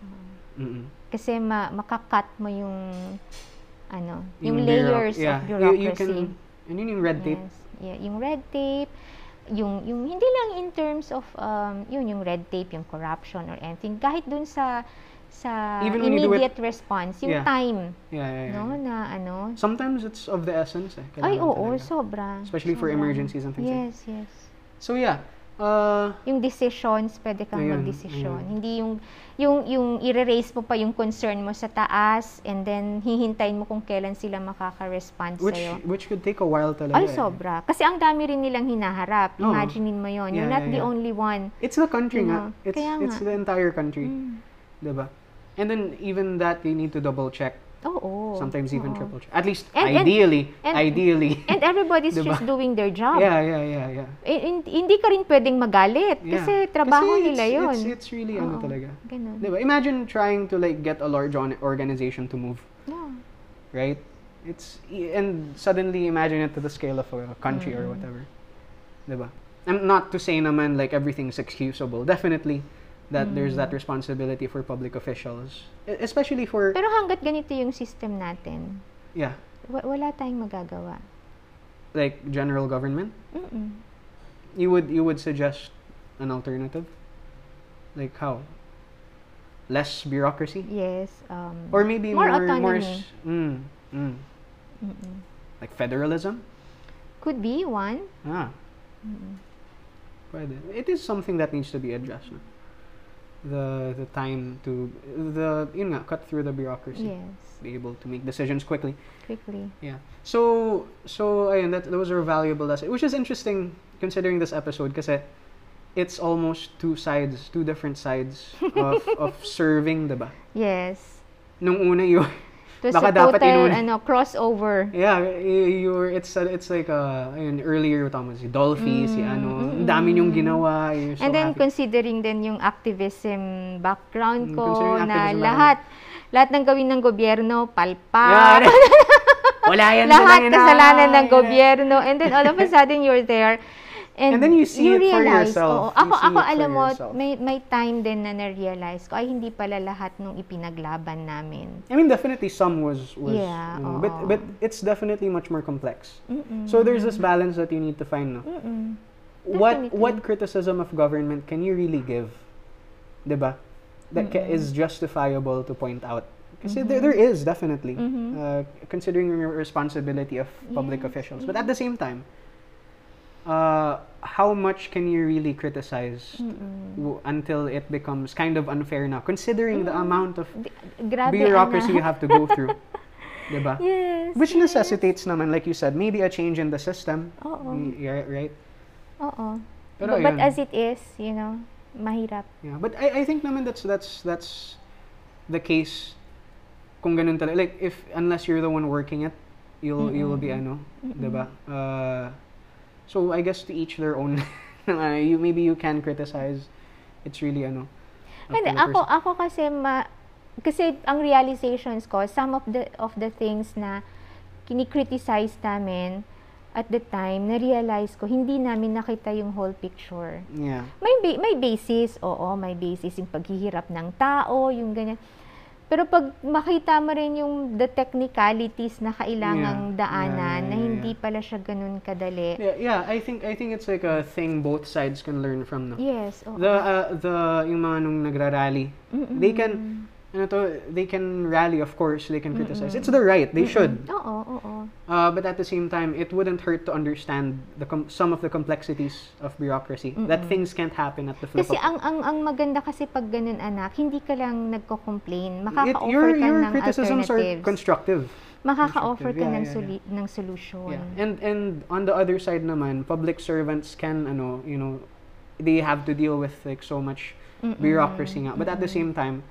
S2: Um,
S3: Mm-mm.
S2: Kasi ma- makakat mo yung ano, yung,
S3: Yung bureau-
S2: layers
S3: yeah.
S2: of
S3: You-
S2: bureaucracy.
S3: You, can, yun yun yung red tape.
S2: Yes. Yeah, yung red tape, yung yung hindi lang in terms of um yun yung red tape, yung corruption or anything, kahit dun sa sa
S3: Even when you do it-
S2: immediate response, yung
S3: Yeah.
S2: time,
S3: Yeah, yeah, yeah.
S2: no, na ano.
S3: Sometimes it's of the essence. Eh.
S2: Ay,
S3: Kailangan
S2: oo,
S3: talaga.
S2: sobra.
S3: Especially for
S2: sobra.
S3: emergencies and things like-
S2: Yes, yes.
S3: So yeah, uh,
S2: Yung decisions, pwede kang
S3: Ayun,
S2: mag-decision.
S3: ayun.
S2: Hindi yung, yung, yung i-raise mo pa yung concern mo sa taas and then hihintayin mo kung kailan sila makaka-respond
S3: which
S2: sa'yo.
S3: which could take a while talaga.
S2: Ay,
S3: eh.
S2: sobra. Kasi ang dami rin nilang hinaharap.
S3: Oo.
S2: Imaginein mo yon You're
S3: Yeah,
S2: not
S3: yeah,
S2: the
S3: yeah.
S2: only one.
S3: It's the country nga.
S2: Diba?
S3: It's
S2: Kaya
S3: it's
S2: nga.
S3: the entire country,
S2: Mm.
S3: 'di ba? And then even that they need to double check.
S2: Oo.
S3: Sometimes
S2: Oh,
S3: even
S2: Oo.
S3: triple check. At least
S2: And- and-
S3: ideally,
S2: and-
S3: ideally.
S2: And everybody's
S3: Diba?
S2: just doing their job.
S3: yeah, yeah, yeah, yeah.
S2: Eh, hin- hindi ka rin pwedeng magalit
S3: yeah.
S2: kasi trabaho
S3: Kasi
S2: nila
S3: it's,
S2: yun.
S3: It's, it's really ano
S2: Oo.
S3: talaga.
S2: Ganun.
S3: 'Di ba? Imagine trying to like get a large on- organization to move,
S2: Yeah.
S3: right? It's and suddenly imagine it to the scale of a country or whatever. 'Di ba? I'm not to say naman like everything's excusable. Definitely that there's that responsibility for public officials, e- especially for
S2: Pero hanggat ganito yung system natin,
S3: yeah,
S2: wa- wala tayong magagawa.
S3: like general government.
S2: Mm-mm.
S3: You would you would suggest an alternative? Like how? Less bureaucracy?
S2: Yes. Um,
S3: Or maybe more
S2: More
S3: more
S2: autonomy.
S3: s- mm, mm.
S2: mm-mm.
S3: like federalism?
S2: Could be one.
S3: Ah. Pwede. It is something that needs to be addressed. no? The the time to the yun nga, cut through the bureaucracy.
S2: Yes.
S3: Be able to make decisions quickly.
S2: Quickly.
S3: Yeah. So so ayun that those are valuable lessons, which is interesting considering this episode kasi it's almost two sides, two different sides of of serving, 'di ba?
S2: Yes.
S3: Nung una you
S2: It was a
S3: Baka dapat
S2: total
S3: inuna.
S2: ano, crossover.
S3: Yeah, y- you're it's a- it's like uh ayun, earlier tama si Dolphy, si ano, ang dami niyong ginawa, you're
S2: Mm,
S3: so
S2: And then
S3: happy.
S2: considering din yung activism background
S3: Mm,
S2: ko na
S3: considering activism
S2: lahat lahat ng gawin ng gobyerno
S3: Yeah,
S2: palpak.
S3: Wala yan.
S2: Ah. lahat
S3: wala yan,
S2: kasalanan
S3: ah,
S2: ng
S3: yan, yan.
S2: gobyerno and then all of a sudden you're there and,
S3: And then you see it for
S2: realize, oo.
S3: yourself. You
S2: ako
S3: see
S2: ako
S3: it for
S2: alam mo
S3: yourself.
S2: may may time din na na-realize ko ay hindi pala lahat nung ipinaglaban namin.
S3: I mean, definitely some was was,
S2: Yeah,
S3: you know, but
S2: oo.
S3: but it's definitely much more complex. So there's this balance that you need to find. No?
S2: Mm-mm.
S3: What what criticism of government can you really give, diba? That ca- is justifiable to point out. Kasi
S2: Mm-hmm.
S3: there, there is definitely
S2: Mhm.
S3: uh, considering your responsibility of
S2: Yes,
S3: public officials, but at the same time, uh, how much can you really criticize w- until it becomes kind of unfair now, considering the
S2: Mm-hmm.
S3: amount of
S2: Di- Grabe
S3: bureaucracy you
S2: Ana.
S3: have to go through. diba?
S2: Yes.
S3: Which
S2: yes.
S3: necessitates naman, like you said, maybe a change in the system.
S2: Oo.
S3: Y- yeah, right?
S2: Oo.
S3: Mm. Pero
S2: but, but
S3: ayun.
S2: as it is, you know, mahirap.
S3: Yeah. But I, I think naman that's that's that's the case kung ganun talaga. Like if unless you're the one working it, you'll you'll be ano, diba? Uh, so I guess to each their own. Uh, you maybe you can criticize. It's really ano. up
S2: Hindi,
S3: to the
S2: ako
S3: person.
S2: ako kasi ma kasi ang realizations ko some of the of the things na kinikriticize namin at the time na realize ko hindi namin nakita yung whole picture.
S3: Yeah.
S2: May ba- may basis, oo, may basis yung paghihirap ng tao, yung ganyan. Pero pag makita mo rin yung the technicalities na kailangang
S3: Yeah.
S2: daanan
S3: Yeah, yeah,
S2: na
S3: yeah,
S2: hindi pala siya ganun kadali.
S3: Yeah, yeah, I think I think it's like a thing both sides can learn from. No?
S2: Yes, oo.
S3: the uh, the yung mga nung nagrarally they can ano to they can rally of course they can criticize it's the right they should
S2: oo, oo.
S3: uh, but at the same time it wouldn't hurt to understand the com- some of the complexities of bureaucracy that things can't happen at the flip
S2: Kasi
S3: of
S2: ang ang ang maganda kasi pag ganun anak, hindi ka lang nagko-complain,
S3: It-
S2: makaka-offer
S3: your
S2: ka
S3: your
S2: ng
S3: criticisms are
S2: alternatives.
S3: constructive
S2: makaka-offer ka
S3: constructive. Yeah,
S2: ng
S3: yeah,
S2: soli- ng solution.
S3: yeah and and on the other side naman public servants can ano you know they have to deal with like so much bureaucracy nga but at the same time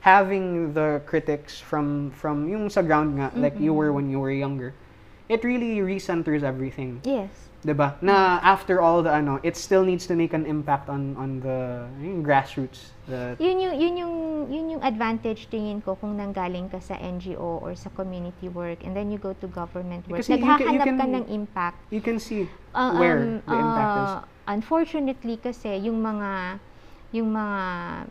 S3: having the critics from from yung sa ground nga like you were when you were younger it really recenters everything
S2: Yes.
S3: 'di ba na after all the ano it still needs to make an impact on on the yung grassroots the
S2: Yun yung yun yung yun yung advantage tingin ko kung nanggaling ka sa NGO or sa community work and then you go to government work.
S3: Kasi you can- you
S2: Naghahanap ka
S3: can-
S2: ng impact.
S3: you can see
S2: Uh,
S3: where
S2: um,
S3: the impact is
S2: uh, Unfortunately kasi yung mga yung mga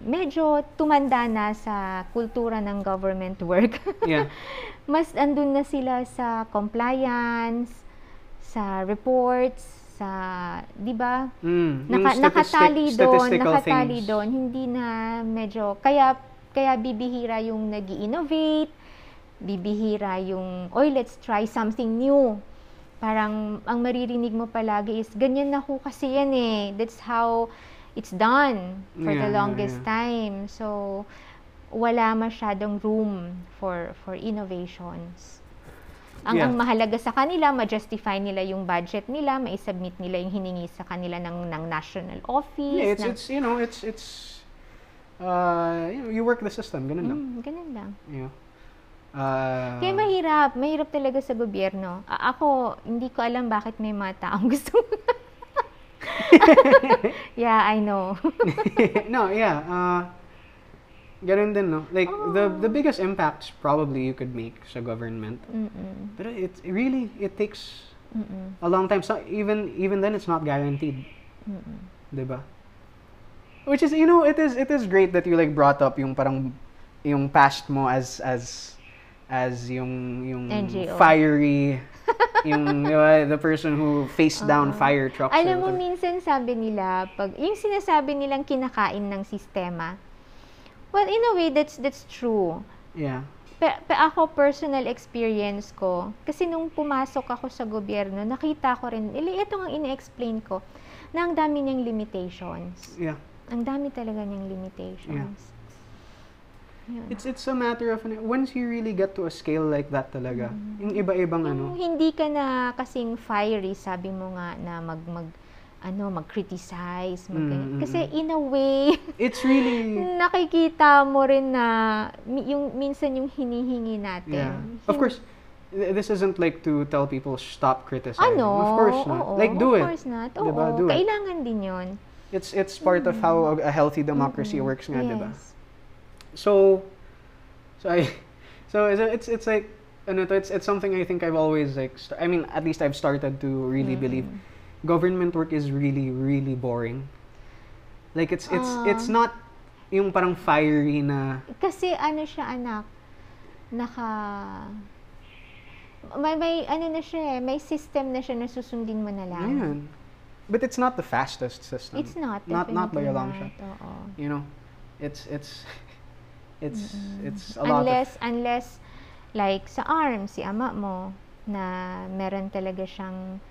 S2: medyo tumanda na sa kultura ng government work.
S3: Yeah.
S2: Mas andun na sila sa compliance, sa reports, sa, di ba?
S3: Mm. yung
S2: Naka,
S3: statistic-
S2: nakatali doon,
S3: statistical
S2: nakatali
S3: things.
S2: doon, hindi na medyo, kaya, kaya bibihira yung nag innovate bibihira yung, oy, let's try something new. Parang, ang maririnig mo palagi is, ganyan na ho kasi yan eh. That's how it's done for
S3: Yeah,
S2: the
S3: yeah,
S2: longest
S3: yeah.
S2: time. So, wala masyadong room for for innovations. Ang,
S3: Yeah.
S2: ang mahalaga sa kanila, ma-justify nila yung budget nila, ma-submit nila yung hiningi sa kanila ng, ng national office.
S3: Yeah, it's,
S2: ng-
S3: it's, you know, it's, it's, uh, you, know, you work the system, ganun lang.
S2: Mm, ganun lang.
S3: You know. Uh,
S2: Kaya mahirap, mahirap talaga sa gobyerno. A- ako, hindi ko alam bakit may mga taong gusto. yeah, I know.
S3: no, yeah. Uh, ganun din, no? Like, the, the biggest impacts probably you could make sa government.
S2: Mm-mm,
S3: But it it really, it takes
S2: mm-mm,
S3: a long time. So, even, even then, it's not guaranteed.
S2: mm-mm.
S3: Diba? Which is, you know, it is it is great that you like brought up yung parang yung past mo as as as yung yung
S2: NGO.
S3: fiery yung di ba, the person who faced down fire trucks. or
S2: Uh-huh. Alam mo,
S3: whatever.
S2: minsan sabi nila, pag, yung sinasabi nilang kinakain ng sistema, well, in a way, that's, that's true.
S3: yeah.
S2: Pero, ako, personal experience ko, kasi nung pumasok ako sa gobyerno, nakita ko rin, eh, ili, ito ang ini-explain ko, na ang dami niyang limitations.
S3: Yeah.
S2: Ang dami talaga niyang limitations. Yun.
S3: It's it's a matter of ano, once you really get to a scale like that talaga.
S2: Mm-hmm.
S3: Yung iba-ibang
S2: Yung
S3: ano.
S2: hindi ka na kasing fiery, sabi mo nga na mag, mag ano, mag-criticize, mag
S3: Mm, mm,
S2: Kasi in a way,
S3: It's really
S2: nakikita mo rin na mi- yung minsan yung hinihingi natin.
S3: yeah. Of course th- this isn't like to tell people stop criticizing.
S2: Ano?
S3: Of course not.
S2: Oo,
S3: like
S2: of
S3: do it.
S2: course not. Oo,
S3: Diba? Do it.
S2: kailangan din yun.
S3: It's it's part of how a, a healthy democracy works nga,
S2: Mm-hmm. yes.
S3: diba? So, so I, so it's it's, it's like, ano to, it's it's something I think I've always like. St- I mean, at least I've started to really
S2: Mm-hmm.
S3: believe government work is really really boring. Like it's it's
S2: Ah.
S3: it's not yung parang fiery na
S2: Kasi ano siya anak, naka... May, may ano na siya eh, may system na siya na susundin mo na lang.
S3: ayun. But it's not the fastest system.
S2: It's not.
S3: Not not by
S2: definitely
S3: a long
S2: not,
S3: shot.
S2: Oo.
S3: You know, it's it's it's it's a lot.
S2: Unless,
S3: of,
S2: unless, like sa arm, si ama mo, na meron talaga siyang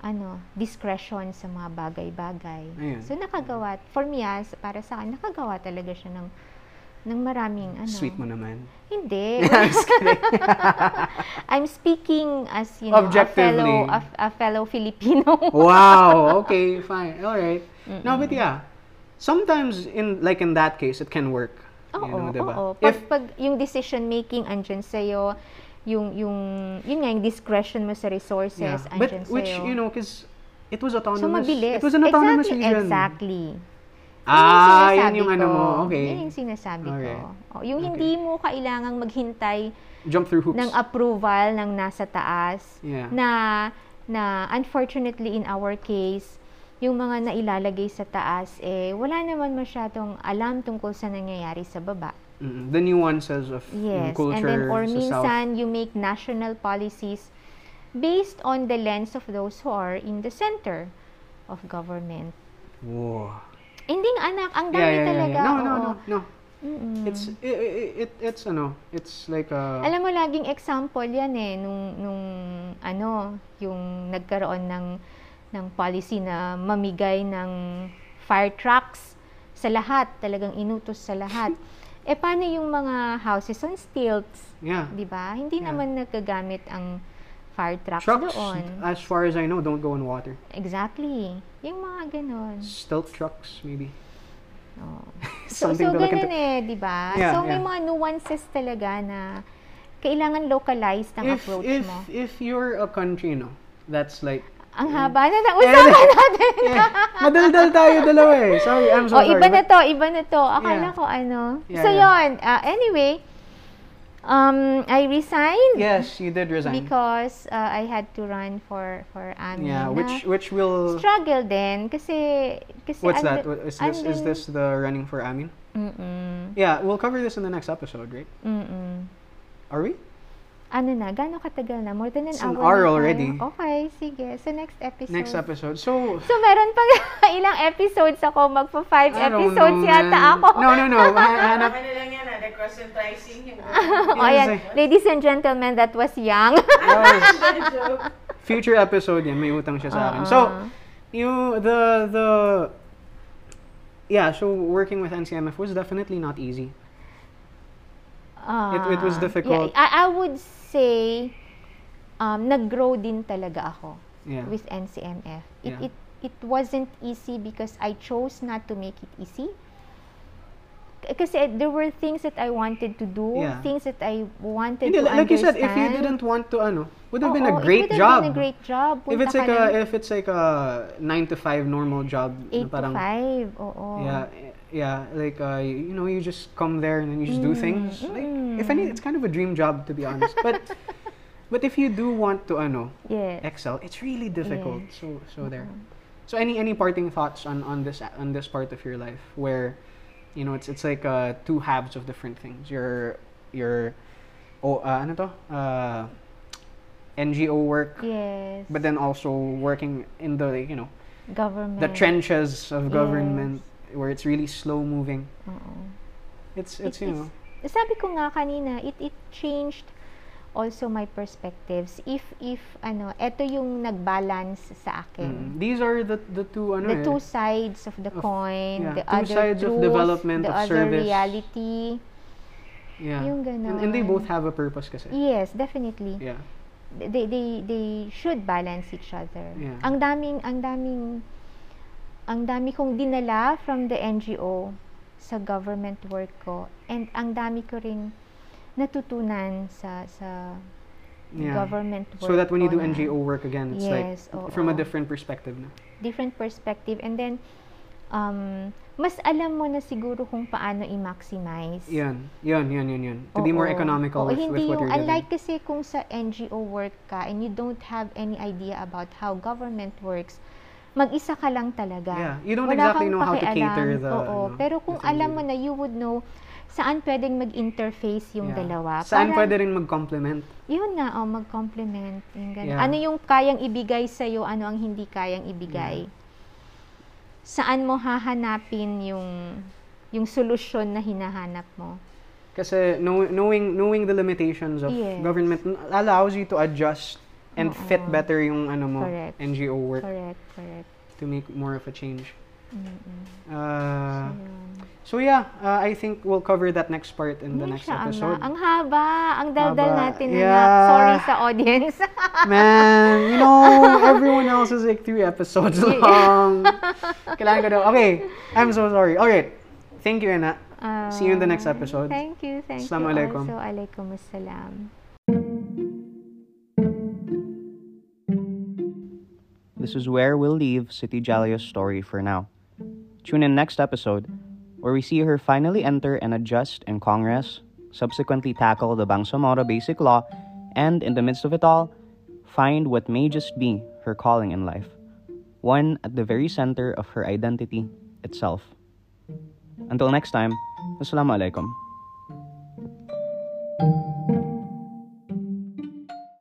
S2: ano, discretion sa mga bagay-bagay.
S3: Ayun.
S2: So, nakagawa, for me as, para sa akin, nakagawa talaga siya ng, ng maraming ano.
S3: sweet mo naman.
S2: Hindi. I'm speaking as, you know, a
S3: Objectively. Oh,
S2: fellow, a, a fellow Filipino.
S3: wow okay fine all right. no but yeah sometimes in like in that case it can work
S2: Oo,
S3: you know, diba?
S2: oo. Pag,
S3: if
S2: pag yung decision making andyan sa'yo, yung, yung, yun nga, yung discretion mo sa
S3: yeah.
S2: resources
S3: but
S2: andyan
S3: which
S2: sa'yo.
S3: you know because it was autonomous
S2: so, mabilis.
S3: it was an autonomous
S2: exactly,
S3: region
S2: Exactly. Yun
S3: ah
S2: sinasabi
S3: yun yung ano
S2: ko.
S3: mo okay
S2: Yun yung sinasabi
S3: Okay.
S2: ko. O, yung hindi mo kailangang maghintay
S3: jump through hoops
S2: ng approval ng nasa taas
S3: Yeah.
S2: na na unfortunately in our case yung mga nailalagay sa taas eh wala naman masyadong alam tungkol sa nangyayari sa baba.
S3: Mm, the nuances of yung
S2: Yes, and
S3: culture
S2: then or
S3: sa south
S2: minsan you make national policies based on the lens of those who are in the center of government.
S3: Whoa.
S2: Hindi nga, anak, ang dami
S3: yeah, yeah, yeah,
S2: talaga.
S3: yeah. no no
S2: oo.
S3: no no
S2: Mm-mm.
S3: it's it, it, it it's ano it's like a
S2: Alam mo, laging example yan eh, nung, nung ano, yung nagkaroon ng, ng policy na mamigay ng fire trucks sa lahat, talagang inutos sa lahat. eh, paano yung mga houses on stilts,
S3: yeah
S2: di ba? Hindi
S3: Yeah.
S2: naman nagagamit ang fire trucks,
S3: trucks
S2: doon.
S3: as far as I know don't go in water
S2: Exactly. Yung mga ganon.
S3: stealth trucks maybe
S2: Oo. So, so
S3: something to look
S2: ganun
S3: into
S2: eh, di ba?
S3: Yeah,
S2: so, may
S3: yeah.
S2: mga nuances talaga na kailangan localized ang
S3: if,
S2: approach
S3: if,
S2: mo.
S3: If you're a country, no, that's like,
S2: Ang haba na nausapan natin.
S3: Mm. yeah, madaldal tayo dalawa eh. Sorry, I'm so
S2: o, Oh,
S3: sorry.
S2: iba na
S3: but-
S2: to, iba na to. Akala
S3: Yeah.
S2: ko ano.
S3: Yeah,
S2: so,
S3: yeah.
S2: yun. Ah, anyway, Um, I resigned
S3: Yes, you did resign.
S2: because uh, I had to run for for Amin.
S3: yeah,
S2: na
S3: which which will
S2: struggle din kasi kasi
S3: What's
S2: andun-
S3: that? What- Is this is
S2: andun-
S3: this the running for Amin?
S2: Mm-mm.
S3: Yeah, we'll cover this in the next episode, right?
S2: Mm-mm.
S3: Are we?
S2: Ano na, gaano katagal na? More than an
S3: It's
S2: hour.
S3: an
S2: na
S3: hour
S2: tayo.
S3: already.
S2: Okay, sige. So next episode.
S3: Next episode. So
S2: So meron pang ilang episodes ako, magpa five
S3: I don't
S2: episodes
S3: know,
S2: yata
S3: man.
S2: ako.
S3: No, no, no. Ha- hanap.
S4: Ano na lang yan, ah, the cross and pricing. yung-
S2: Oh, ayan. Ladies and gentlemen, that was young.
S3: Yes.
S4: Joke.
S3: Future episode yan, may utang siya sa akin.
S2: Oo.
S3: So, you the the Yeah, so working with NCMF was definitely not easy.
S2: Ah,
S3: It- it was
S2: yeah,
S3: difficult.
S2: I, I would say, um, nag-grow din talaga ako
S3: Yeah.
S2: with NCMF. It,
S3: Yeah.
S2: it, it wasn't easy because I chose not to make it easy. K- Kasi there were things that I wanted to do,
S3: Yeah.
S2: things that I wanted to
S3: Hindi, like you said, if you
S2: understand.
S3: didn't want to ano, would have been
S2: Oo,
S3: a
S2: it
S3: great
S2: would have
S3: job.
S2: been a great job.
S3: if
S2: Punta
S3: it's
S2: ka
S3: like
S2: ng
S3: a if it's like a 9 to 5 normal job na
S2: 8 to
S3: parang
S2: 5, oo.
S3: Yeah, eh, yeah, like uh, you know, you just come there and then you just
S2: Mm-hmm.
S3: do things. Like, if any, it's kind of a dream job to be honest. But but if you do want to ano
S2: Yes.
S3: excel, it's really difficult. So so there.
S2: Mm-hmm.
S3: So any any parting thoughts on on this on this part of your life where you know it's it's like uh, two halves of different things. Your your oh uh, ano to uh, NGO work,
S2: Yes.
S3: but then also working in the like, you know
S2: government.
S3: the trenches of government where it's really slow moving.
S2: Oo.
S3: It's
S2: It-
S3: it's you know
S2: it's- sabi ko nga kanina, it it changed also my perspectives. If if ano, eto yung nag-balance sa
S3: mm,
S2: akin.
S3: these are the the two ano
S2: The
S3: eh,
S2: two sides of the coin,
S3: yeah,
S2: the
S3: two
S2: other
S3: sides of
S2: truth,
S3: development,
S2: the
S3: of
S2: other
S3: service.
S2: reality.
S3: yeah
S2: yung
S3: and, and they
S2: ganon.
S3: both have a purpose kasi.
S2: Yes, definitely.
S3: Yeah.
S2: They they they should balance each other.
S3: Yeah.
S2: Ang daming ang daming ang dami kong dinala from the NGO sa government work ko and ang dami ko rin natutunan sa sa
S3: Yeah.
S2: government work.
S3: so that when you
S2: ko
S3: do
S2: na
S3: NGO work again, it's
S2: Yes, oo.
S3: like from a different perspective na.
S2: different perspective and then um mas alam mo na siguro kung paano i-maximize.
S3: Yun, yun, yun, yun, yun. To be
S2: Oo.
S3: more economical
S2: Oo,
S3: with,
S2: hindi
S3: with what
S2: yung,
S3: you're
S2: Unlike
S3: doing.
S2: kasi kung sa NGO work ka and you don't have any idea about how government works, mag-isa ka lang talaga.
S3: Yeah, you don't
S2: Wala
S3: exactly
S2: kang
S3: know how to
S2: pakialam.
S3: cater the,
S2: Oo,
S3: ano,
S2: pero kung
S3: the thing
S2: alam
S3: you
S2: mo na, you would know saan pwedeng mag-interface yung
S3: Yeah.
S2: dalawa.
S3: Saan
S2: Parang-
S3: pwede rin mag-complement?
S2: yun nga, oh, mag-compliment. Yung ganun.
S3: Yeah.
S2: Ano yung kayang ibigay sa'yo, ano ang hindi kayang ibigay. Saan mo hahanapin yung yung solusyon na hinahanap mo.
S3: Kasi know, knowing knowing the limitations of
S2: Yes.
S3: government n- allows you to adjust and fit
S2: Oo.
S3: better yung ano mo
S2: Correct.
S3: NGO work
S2: Correct, correct.
S3: to make more of a change.
S2: Mm-mm.
S3: Uh,
S2: Ayun.
S3: so yeah, uh, I think we'll cover that next part in the next
S2: Masya
S3: episode.
S2: Allah. Ang haba, ang daldal
S3: Haba.
S2: natin na
S3: Yeah.
S2: Sorry sa audience.
S3: Man, you know, everyone else is like three episodes long. Kailangan ko daw. Okay, I'm so sorry. Alright, thank you, Anna. See you in the next
S2: Ah,
S3: episode.
S2: Thank you, thank you.
S3: Assalamu alaikum.
S2: Also, alaikum assalam.
S1: This is where we'll leave City Jalia's story for now. Tune in next episode, where we see her finally enter and adjust in Congress, subsequently tackle the Bangsamoro Basic Law, and in the midst of it all, find what may just be her calling in life, one at the very center of her identity itself. Until next time, Assalamu alaikum.